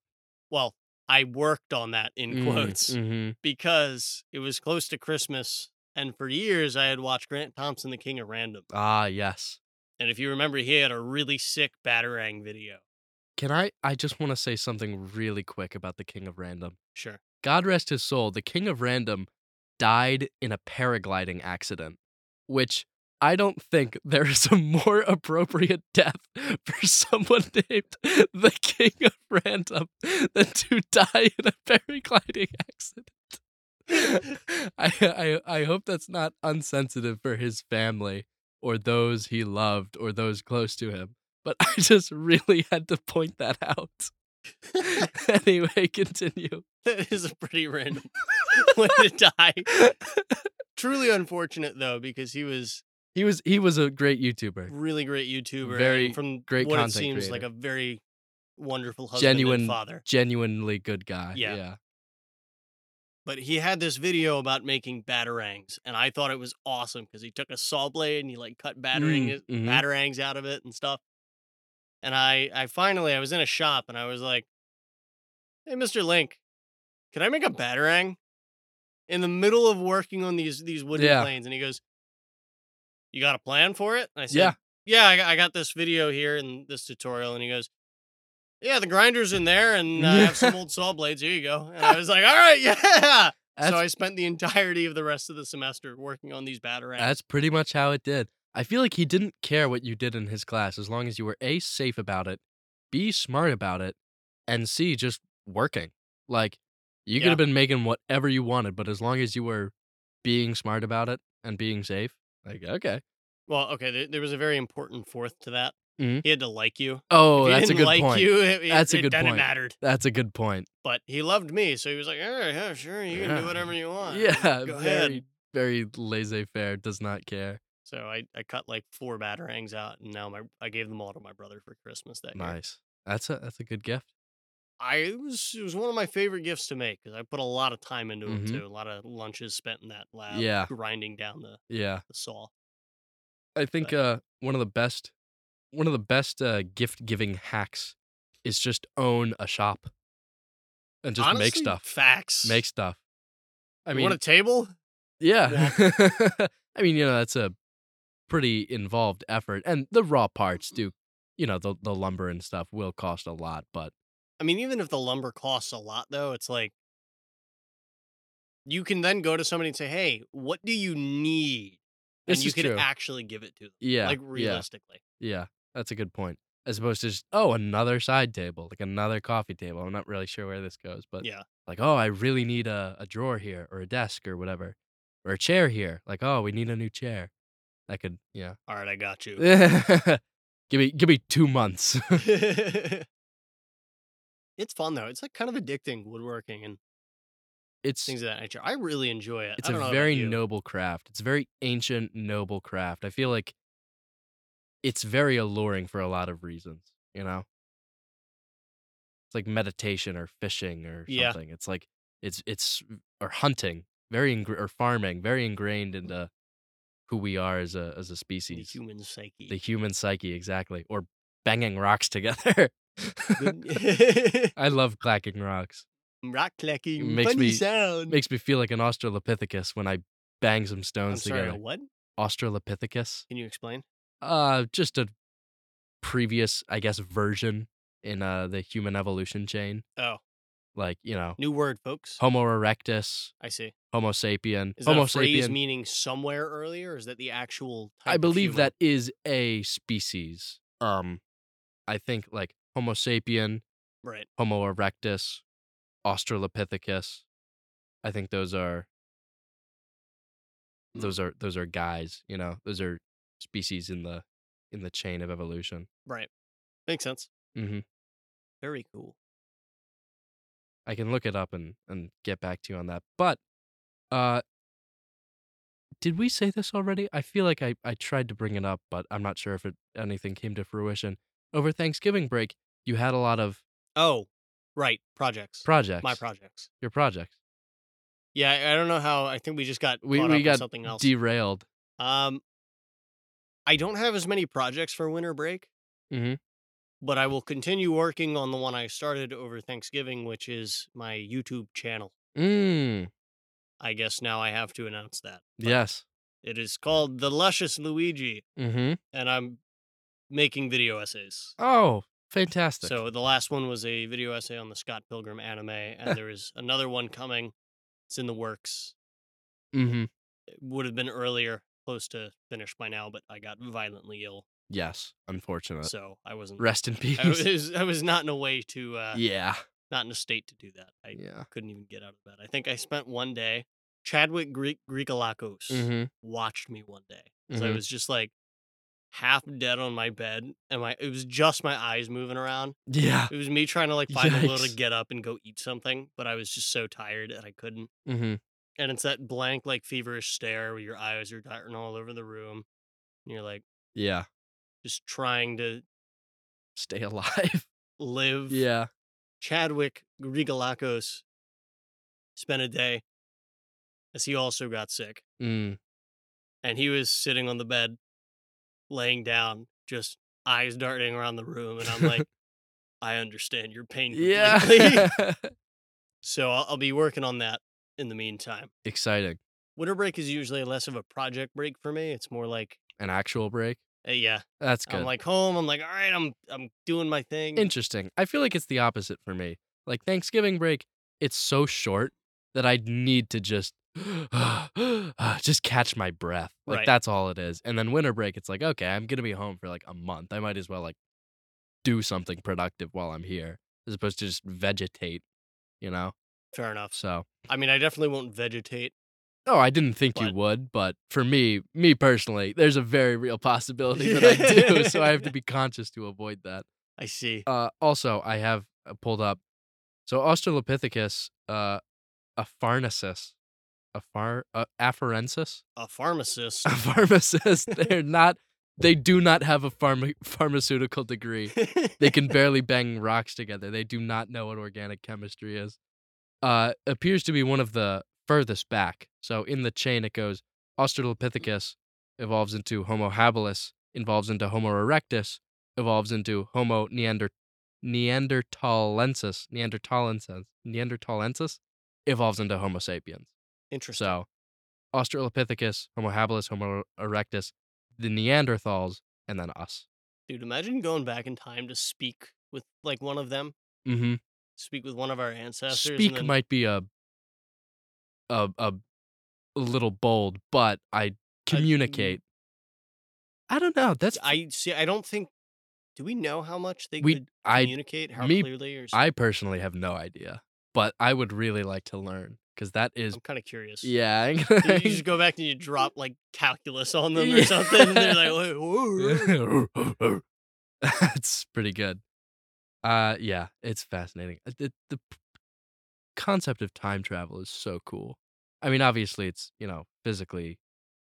Speaker 1: well, I worked on that in
Speaker 2: Mm,
Speaker 1: quotes
Speaker 2: mhm.
Speaker 1: because it was close to Christmas, and for years I had watched Grant Thompson, The King of Random,
Speaker 2: Ah, yes.
Speaker 1: and if you remember, he had a really sick batarang video.
Speaker 2: Can I? I just want to say something really quick about the King of Random.
Speaker 1: Sure.
Speaker 2: God rest his soul, the king of random died in a paragliding accident, which I don't think [laughs] there is a more appropriate death [laughs] for someone [laughs] named the king of random than to die in a paragliding [laughs] accident. I, I, I hope that's not unsensitive for his family or those he loved or those close to him, but [laughs] I just really had to point that out. [laughs] anyway, continue.
Speaker 1: [laughs] That is a pretty random [laughs] way
Speaker 2: [laughs]
Speaker 1: to die. Truly unfortunate though, because he was
Speaker 2: He was he was a great YouTuber.
Speaker 1: really great YouTuber. and
Speaker 2: Very
Speaker 1: from
Speaker 2: great
Speaker 1: what it
Speaker 2: content
Speaker 1: seems like
Speaker 2: creator.
Speaker 1: a very wonderful husband
Speaker 2: Genuine-
Speaker 1: and father.
Speaker 2: Genuinely good guy.
Speaker 1: Yeah.
Speaker 2: Yeah.
Speaker 1: But he had this video about making batarangs, and I thought it was awesome because he took a saw blade and he like cut battering
Speaker 2: Mm, mhm.
Speaker 1: batarangs out of it and stuff. And I, I finally, I was in a shop and I was like, "Hey, Mister Link, can I make a batarang?" In the middle of working on these these wooden
Speaker 2: Yeah.
Speaker 1: planes, and he goes, "You got a plan for it?" And I said,
Speaker 2: Yeah.
Speaker 1: yeah, I, got- I got this video here and this tutorial. And he goes, yeah, the grinder's in there and uh, I have
Speaker 2: [laughs]
Speaker 1: some old saw blades. Here you go. And I was like, all right, [laughs] yeah.
Speaker 2: That's,
Speaker 1: so I spent the entirety of the rest of the semester working on these batarangs.
Speaker 2: that's pretty much how it did. I feel like he didn't care what you did in his class as long as you were A safe about it, B smart about it, and C just working. Like you could
Speaker 1: Yeah.
Speaker 2: have been making whatever you wanted, but as long as you were being smart about it and being safe, like okay.
Speaker 1: well, okay, there, there was a very important fourth to that.
Speaker 2: Mhm.
Speaker 1: He had to like you. if
Speaker 2: Oh,
Speaker 1: he
Speaker 2: that's a
Speaker 1: didn't
Speaker 2: good
Speaker 1: like
Speaker 2: point.
Speaker 1: you, it, it-
Speaker 2: That's a
Speaker 1: it
Speaker 2: good
Speaker 1: kinda
Speaker 2: point.
Speaker 1: mattered.
Speaker 2: That's a good point.
Speaker 1: But he loved me, so he was like, all right, yeah, sure, you can
Speaker 2: Yeah.
Speaker 1: do whatever you want.
Speaker 2: yeah,
Speaker 1: go
Speaker 2: very
Speaker 1: ahead.
Speaker 2: very laissez faire, does not care.
Speaker 1: So I, I cut like four batarangs out, and now my I gave them all to my brother for Christmas that year.
Speaker 2: Nice. That's a that's a good gift.
Speaker 1: I it was it was one of my favorite gifts to make because I put a lot of time into
Speaker 2: Mhm.
Speaker 1: it too. A lot of lunches spent in that lab,
Speaker 2: Yeah.
Speaker 1: grinding down the,
Speaker 2: Yeah.
Speaker 1: the saw.
Speaker 2: I think
Speaker 1: But-
Speaker 2: uh, one of the best one of the best uh, gift giving hacks is just own a shop and just make
Speaker 1: Honestly,
Speaker 2: stuff.
Speaker 1: Facts.
Speaker 2: Make stuff. I
Speaker 1: You
Speaker 2: mean,
Speaker 1: want a table?
Speaker 2: yeah. [laughs] I mean, you know, that's a pretty involved effort, and the raw parts
Speaker 1: Mm-hmm.
Speaker 2: do, you know, the the lumber and stuff will cost a lot, but
Speaker 1: I mean, even if the lumber costs a lot, though, it's like you can then go to somebody and say, "Hey, what do you need?" And
Speaker 2: This
Speaker 1: you
Speaker 2: is
Speaker 1: could
Speaker 2: true.
Speaker 1: actually give it to them,
Speaker 2: yeah,
Speaker 1: like
Speaker 2: yeah,
Speaker 1: realistically.
Speaker 2: yeah. That's a good point. As opposed to just oh, another side table, like another coffee table. I'm not really sure where this goes, but
Speaker 1: Yeah.
Speaker 2: like oh, I really need a a drawer here or a desk or whatever, or a chair here. Like oh, we need a new chair. That could yeah. [laughs]
Speaker 1: All right, I got you. [laughs]
Speaker 2: give me give me two months. [laughs]
Speaker 1: it's fun though. It's like kind of addicting woodworking and
Speaker 2: it's
Speaker 1: things of that nature. I really enjoy it.
Speaker 2: It's
Speaker 1: I don't know
Speaker 2: a
Speaker 1: about
Speaker 2: very
Speaker 1: you.
Speaker 2: noble craft. It's a very ancient, noble craft. I feel like it's very alluring for a lot of reasons, you know? It's like meditation or fishing or
Speaker 1: Yeah.
Speaker 2: something. It's like it's it's or hunting, very ingr or farming, very ingrained into who we are as a as a
Speaker 1: Mm. the
Speaker 2: species.
Speaker 1: human psyche.
Speaker 2: The human psyche, exactly. Or banging rocks [laughs] together. [laughs]
Speaker 1: The-
Speaker 2: I love clacking rocks.
Speaker 1: [laughs] Rock clacking,
Speaker 2: Makes
Speaker 1: funny
Speaker 2: me-
Speaker 1: sound.
Speaker 2: makes me feel like an Australopithecus when I bang some
Speaker 1: Mm. I'm
Speaker 2: stones
Speaker 1: sorry.
Speaker 2: together.
Speaker 1: What?
Speaker 2: Australopithecus.
Speaker 1: Can you explain?
Speaker 2: Uh, just a previous, I guess, version in uh the human evolution chain.
Speaker 1: Oh,
Speaker 2: Like you know,
Speaker 1: new word, folks.
Speaker 2: Homo erectus,
Speaker 1: I see.
Speaker 2: Homo sapien,
Speaker 1: Is that
Speaker 2: Homo
Speaker 1: a phrase
Speaker 2: sapien.
Speaker 1: meaning somewhere earlier? Or is that the actual? Type
Speaker 2: I
Speaker 1: of
Speaker 2: believe
Speaker 1: human?
Speaker 2: that is a species. Um, I think like Homo sapien,
Speaker 1: Right.
Speaker 2: Homo erectus, Australopithecus. I think those are
Speaker 1: Hmm.
Speaker 2: those are those are guys. You know, those are species in the in the chain of evolution.
Speaker 1: Right. Makes sense.
Speaker 2: Mhm.
Speaker 1: Very cool.
Speaker 2: I can look it up and and get back to you on that. But uh did we say this already? I feel like I I tried to bring it up, but I'm not sure if it anything came to fruition. Over Thanksgiving break, you had a lot of
Speaker 1: Oh, right. Projects.
Speaker 2: projects.
Speaker 1: My projects.
Speaker 2: your projects.
Speaker 1: Yeah, I- I don't know how. I think we just got
Speaker 2: We
Speaker 1: caught up
Speaker 2: we
Speaker 1: in
Speaker 2: got
Speaker 1: something else.
Speaker 2: derailed.
Speaker 1: Um, I don't have as many projects for winter break,
Speaker 2: Mhm.
Speaker 1: but I will continue working on the one I started over Thanksgiving, which is my YouTube channel.
Speaker 2: Mm.
Speaker 1: I guess now I have to announce that. but
Speaker 2: Yes.
Speaker 1: It is called The Luscious Luigi,
Speaker 2: Mhm.
Speaker 1: and I'm making video essays.
Speaker 2: Oh, fantastic.
Speaker 1: So the last one was a video essay on the Scott Pilgrim anime, and
Speaker 2: [laughs]
Speaker 1: there is another one coming. It's in the works.
Speaker 2: mhm.
Speaker 1: It would have been earlier, close to finished by now, but I got violently ill,
Speaker 2: Yes, unfortunate.
Speaker 1: so I wasn't
Speaker 2: Rest in
Speaker 1: I
Speaker 2: peace. [laughs]
Speaker 1: [laughs] was I was not in a way to uh
Speaker 2: yeah.
Speaker 1: not in a state to do that. I [laughs]
Speaker 2: Yeah.
Speaker 1: couldn't even get out of bed. I think I spent one day. Chadwick Greek Greekalakos
Speaker 2: Mhm.
Speaker 1: watched me one day. So I
Speaker 2: Mhm.
Speaker 1: was just like half dead on my bed and my it was just my eyes moving around.
Speaker 2: Yeah.
Speaker 1: It was me trying to like find a will to
Speaker 2: Yikes.
Speaker 1: get up and go eat something, but I was just so tired and I couldn't.
Speaker 2: Mhm.
Speaker 1: And it's that blank, like feverish stare where your eyes are darting all over the room. And you're like
Speaker 2: Yeah.
Speaker 1: just trying to
Speaker 2: Stay [laughs] alive.
Speaker 1: live.
Speaker 2: yeah.
Speaker 1: Chadwick Grigalakos spent a day as he also got sick.
Speaker 2: Mm.
Speaker 1: And he was sitting on the bed, laying down, just eyes darting around the room. And I'm like,
Speaker 2: [laughs]
Speaker 1: I understand your pain.
Speaker 2: Yeah. [laughs]
Speaker 1: completely." [laughs] so I'll, I'll be working on that in the meantime.
Speaker 2: Exciting.
Speaker 1: Winter break is usually less of a project break for me. It's more like,
Speaker 2: An actual break.
Speaker 1: uh, yeah,
Speaker 2: That's good.
Speaker 1: I'm like "Mm." home. I'm like, all right, I'm I'm doing my thing.
Speaker 2: Interesting. I feel like it's the opposite for me. Like Thanksgiving break, it's so short that I need to just [gasps] uh, just catch my breath. Like
Speaker 1: Right.
Speaker 2: that's all it is. And then winter break, it's like, okay, I'm gonna be home for like a month. I might as well like do something productive while I'm here, as opposed to just vegetate, you know?
Speaker 1: Fair enough.
Speaker 2: So
Speaker 1: I mean, I definitely won't vegetate.
Speaker 2: Oh, I didn't think you
Speaker 1: But-
Speaker 2: would, but for me, me personally, there's a very real possibility
Speaker 1: [laughs]
Speaker 2: that I do, so I have to be conscious to avoid that.
Speaker 1: I see.
Speaker 2: Uh, also, I have uh, pulled up. So Australopithecus, uh, Apharnasis, Aphar, uh, Afarensis,
Speaker 1: A pharmacist.
Speaker 2: a pharmacist. They're not. They do not have a pharma- pharmaceutical degree. [laughs]
Speaker 1: [laughs]
Speaker 2: They can barely bang rocks together. They do not know what organic chemistry is. Uh, appears to be one of the furthest back. So in the chain, it goes Australopithecus evolves into Homo habilis, evolves into Homo erectus, evolves into Homo neander neanderthalensis neanderthalensis neanderthalensis evolves into Homo sapiens.
Speaker 1: Interesting.
Speaker 2: So, Australopithecus, Homo habilis, Homo erectus, the Neanderthals, and then us.
Speaker 1: Dude, imagine going back in time to speak with like one of them,
Speaker 2: Mm-hmm.
Speaker 1: speak with one of our ancestors. and
Speaker 2: Speak
Speaker 1: then-
Speaker 2: might be a, a a little bold, but I communicate. I, don't know. That's
Speaker 1: I see. I don't think. Do we know how much they
Speaker 2: We-
Speaker 1: could
Speaker 2: I-
Speaker 1: communicate? how
Speaker 2: me-
Speaker 1: clearly? Or s-
Speaker 2: I personally have no idea, but I would really like to learn because that is
Speaker 1: I'm kind of curious.
Speaker 2: yeah. [laughs] I ain't
Speaker 1: You
Speaker 2: gonna-
Speaker 1: just go back and you drop like calculus on them or
Speaker 2: Yeah.
Speaker 1: something. And they're
Speaker 2: [laughs]
Speaker 1: like, "Whoa, whoa, whoa."
Speaker 2: That's pretty good. Uh, yeah, it's fascinating. Uh, The, the p- concept of time travel is so cool. I mean, obviously, it's you know physically,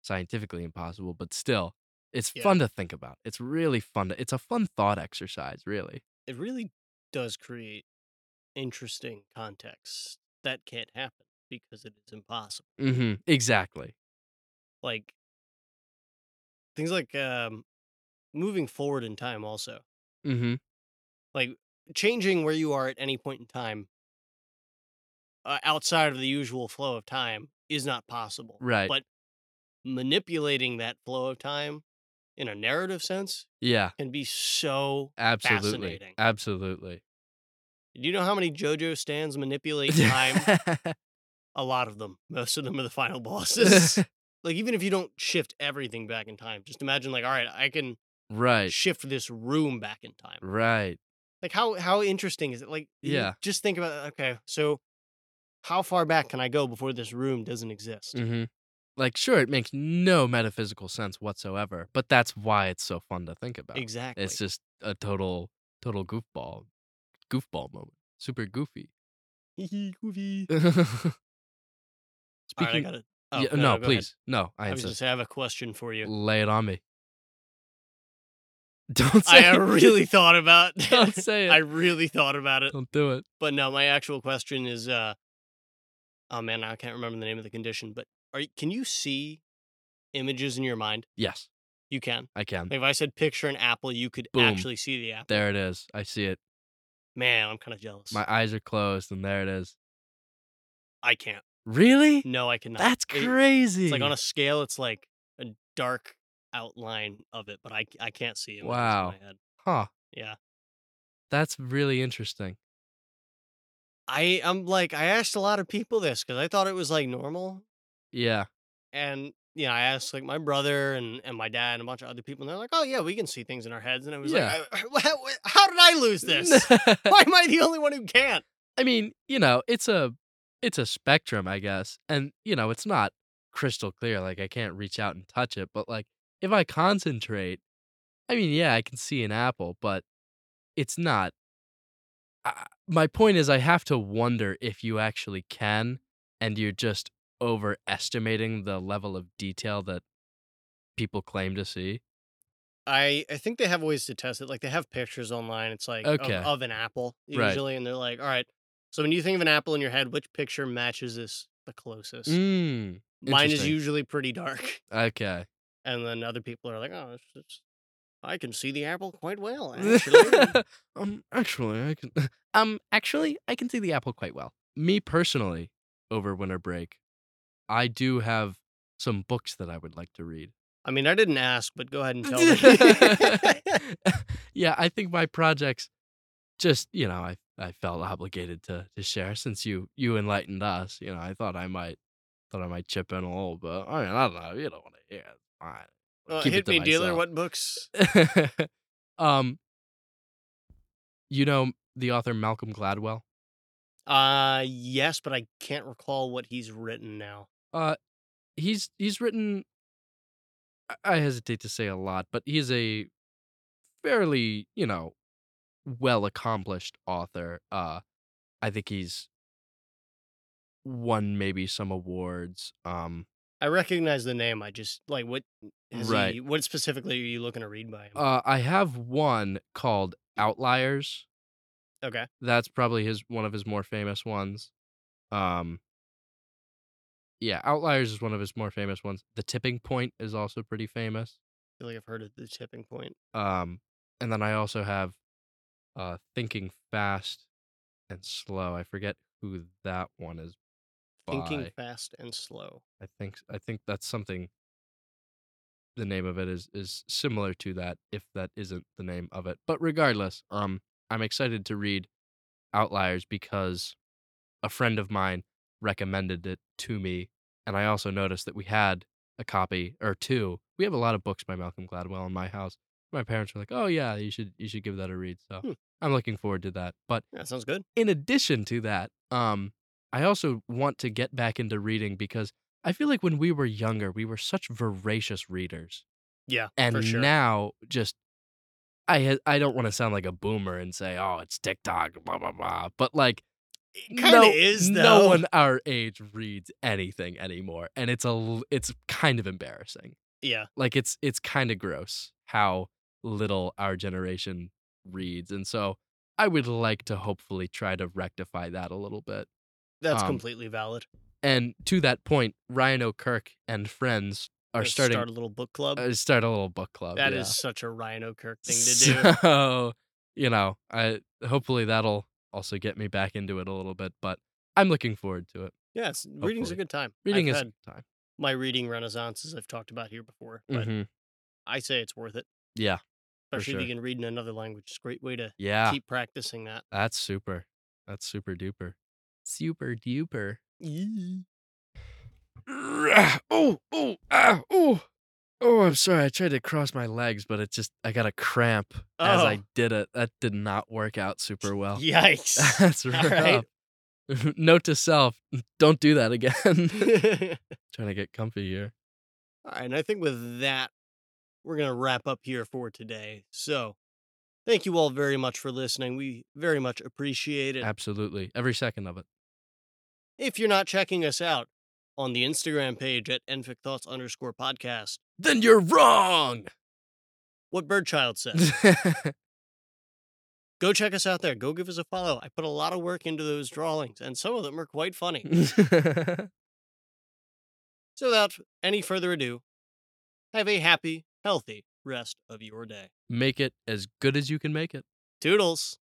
Speaker 2: scientifically impossible, but still, it's
Speaker 1: Yeah.
Speaker 2: fun to think about. It's really fun. To, it's a fun thought exercise, really.
Speaker 1: it really does create interesting context that can't happen because it is impossible.
Speaker 2: Mm-hmm. Exactly.
Speaker 1: Like things like um, moving forward in time, also
Speaker 2: Mm-hmm.
Speaker 1: changing where you are at any point in time uh, outside of the usual flow of time is not possible.
Speaker 2: Right.
Speaker 1: But manipulating that flow of time in a narrative sense
Speaker 2: Yeah.
Speaker 1: can be so.
Speaker 2: Absolutely.
Speaker 1: Fascinating.
Speaker 2: Absolutely.
Speaker 1: Do you know how many JoJo stands
Speaker 2: [laughs]
Speaker 1: manipulate time? a lot of them. Most of them are the final bosses. like even if you don't shift everything back in time, just imagine like, all right, I can
Speaker 2: right.
Speaker 1: shift this room back in time.
Speaker 2: Right.
Speaker 1: Like how how interesting is it? Like you
Speaker 2: Yeah.
Speaker 1: just think about okay, so how far back can I go before this room doesn't exist?
Speaker 2: Mm-hmm. Like, sure, it makes no metaphysical sense whatsoever, but that's why it's so fun to think about.
Speaker 1: Exactly.
Speaker 2: uh,
Speaker 1: [laughs]
Speaker 2: It's just a total, total goofball, goofball moment. Super goofy. [laughs]
Speaker 1: Goofy.
Speaker 2: Speaking,
Speaker 1: All right, I got it. Oh,
Speaker 2: yeah,
Speaker 1: no,
Speaker 2: no,
Speaker 1: go ahead.
Speaker 2: please, no. I,
Speaker 1: I was
Speaker 2: insist.
Speaker 1: gonna say I have a question for you.
Speaker 2: lay it on me. [laughs] Don't say.
Speaker 1: I [laughs]
Speaker 2: it.
Speaker 1: really thought about
Speaker 2: [laughs] don't say it.
Speaker 1: I really thought about it.
Speaker 2: Don't do it.
Speaker 1: But no, my actual question is uh oh man, I can't remember the name of the condition, but are you, can you see images in your mind?
Speaker 2: Yes,
Speaker 1: You can.
Speaker 2: I can.
Speaker 1: Like if I said picture an apple, you could
Speaker 2: Mm. Boom.
Speaker 1: actually see the apple.
Speaker 2: There it is. I see it.
Speaker 1: Man, I'm kind of jealous.
Speaker 2: My eyes are closed, and there it is.
Speaker 1: I can't.
Speaker 2: Really?
Speaker 1: No, I cannot.
Speaker 2: That's
Speaker 1: It-
Speaker 2: crazy.
Speaker 1: It's like on a scale, it's like a dark outline of it, but I I can't see it.
Speaker 2: Wow.
Speaker 1: In my head.
Speaker 2: huh?
Speaker 1: Yeah.
Speaker 2: That's really interesting.
Speaker 1: I I'm like I asked a lot of people this because I thought it was like normal,
Speaker 2: Yeah.
Speaker 1: and you know I asked like my brother and and my dad and a bunch of other people, and they're like, oh yeah, we can see things in our heads, and I was
Speaker 2: Yeah.
Speaker 1: [laughs] like, how, how did I
Speaker 2: [laughs]
Speaker 1: lose this? Why am I the only one who can't?
Speaker 2: I mean, you know, it's a it's a spectrum, I guess. And you know, it's not crystal clear like I can't reach out and touch it, but like if I concentrate, I mean, yeah, I can see an apple, but it's not I, my point is I have to wonder if you actually can and you're just overestimating the level of detail that people claim to see.
Speaker 1: I, I think they have ways to test it. Like they have pictures online. It's like of,
Speaker 2: Okay.
Speaker 1: of an apple
Speaker 2: Right.
Speaker 1: usually, and they're like, all right. So when you think of an apple in your head, which picture matches this the closest?
Speaker 2: Mm,
Speaker 1: Mine is
Speaker 2: interesting.
Speaker 1: usually pretty dark, [laughs]
Speaker 2: okay.
Speaker 1: and then other people are like, oh, it's, it's, I can see the apple quite
Speaker 2: [laughs]
Speaker 1: well actually.
Speaker 2: um, actually, I can. [laughs] Um, actually, I can see the apple quite well. Me personally, over winter break, I do have some books that I would like to read.
Speaker 1: I mean, I didn't ask, but go ahead and tell
Speaker 2: [laughs]
Speaker 1: me. [laughs]
Speaker 2: yeah, I think my projects, just you know, I I felt obligated to to share since you you enlightened us. You know, I thought I might thought I might chip in a little bit. I mean, I don't know. You don't want to hear. It. It's Fine.
Speaker 1: well,
Speaker 2: Keep it
Speaker 1: hit
Speaker 2: to
Speaker 1: me, dealer.
Speaker 2: myself.
Speaker 1: What books?
Speaker 2: [laughs] um, you know the author Malcolm Gladwell.
Speaker 1: Uh, yes, but I can't recall what he's written now.
Speaker 2: He's he's written. I- I hesitate to say a lot, but he's a fairly you know well accomplished author. Uh, I think he's won maybe some awards. Um,
Speaker 1: I recognize the name. I just like what. Has
Speaker 2: Right.
Speaker 1: He, what specifically are you looking to read by him?
Speaker 2: uh, I have one called Outliers.
Speaker 1: okay.
Speaker 2: that's probably his one of his more famous ones. Um Yeah, Outliers is one of his more famous ones. The Tipping Point is also pretty famous.
Speaker 1: I feel like I've heard of the tipping point.
Speaker 2: Um and then I also have uh Thinking Fast and Slow. I forget who that one is.
Speaker 1: Thinking
Speaker 2: by.
Speaker 1: fast and slow.
Speaker 2: I think I think that's something the name of it is is similar to that if that isn't the name of it. But regardless, um I'm excited to read Outliers because a friend of mine recommended it to me and I also noticed that we had a copy or two. We have a lot of books by Malcolm Gladwell in my house. My parents were like, "Oh yeah, you should you should give that a read." So,
Speaker 1: Hmm.
Speaker 2: I'm looking forward to that. But
Speaker 1: That sounds good.
Speaker 2: in addition to that, um, I also want to get back into reading because I feel like when we were younger, we were such voracious readers,
Speaker 1: Yeah,
Speaker 2: and
Speaker 1: for sure.
Speaker 2: now just I ha- I don't want to sound like a boomer and say oh it's TikTok blah blah blah, but like
Speaker 1: it kind of
Speaker 2: no-
Speaker 1: is though.
Speaker 2: no one our age reads anything anymore, and it's a l- it's kind of embarrassing
Speaker 1: Yeah,
Speaker 2: like it's it's kind of gross how little our generation reads and so i would like to hopefully try to rectify that a little bit
Speaker 1: that's
Speaker 2: Um,
Speaker 1: completely valid.
Speaker 2: and to that point ryan o'kirk and friends are
Speaker 1: Let's
Speaker 2: starting
Speaker 1: start a little book club.
Speaker 2: uh, start a little book club
Speaker 1: that
Speaker 2: yeah.
Speaker 1: is such a Rhino Kirk thing to do.
Speaker 2: [laughs] so you know i hopefully that'll also get me back into it a little bit but i'm looking forward to it
Speaker 1: Yes, reading's
Speaker 2: Hopefully.
Speaker 1: a good time.
Speaker 2: reading
Speaker 1: I've
Speaker 2: is
Speaker 1: had
Speaker 2: time
Speaker 1: my reading renaissance, as I've talked about here before, but
Speaker 2: Mhm.
Speaker 1: I say it's worth it.
Speaker 2: Yeah, for
Speaker 1: Especially if
Speaker 2: sure.
Speaker 1: you can read in another language. It's a great way to
Speaker 2: yeah
Speaker 1: keep practicing that.
Speaker 2: that's super that's super duper super duper oh, oh, ah, oh, oh! I'm sorry. I tried to cross my legs, but it just I got a cramp as I did it. That did not work out super well.
Speaker 1: Oh, Yikes.
Speaker 2: [laughs] That's rough.
Speaker 1: right.
Speaker 2: [laughs] Note to self: Don't do that again. [laughs] Trying to get comfy here.
Speaker 1: All right, and I think with that, we're going to wrap up here for today. So, thank you all very much for listening. We very much appreciate it.
Speaker 2: Absolutely, every second of it.
Speaker 1: If you're not checking us out on the Instagram page at nficthoughts underscore podcast,
Speaker 2: Then you're [laughs] wrong.
Speaker 1: what Birdchild said,
Speaker 2: [laughs] Thank
Speaker 1: go check us out there. Go give us a follow. I put a lot of work into those drawings, and some of them are quite
Speaker 2: [laughs]
Speaker 1: funny. So, without any further ado, have a happy, healthy rest of your day.
Speaker 2: make it as good as you can make it.
Speaker 1: Toodles.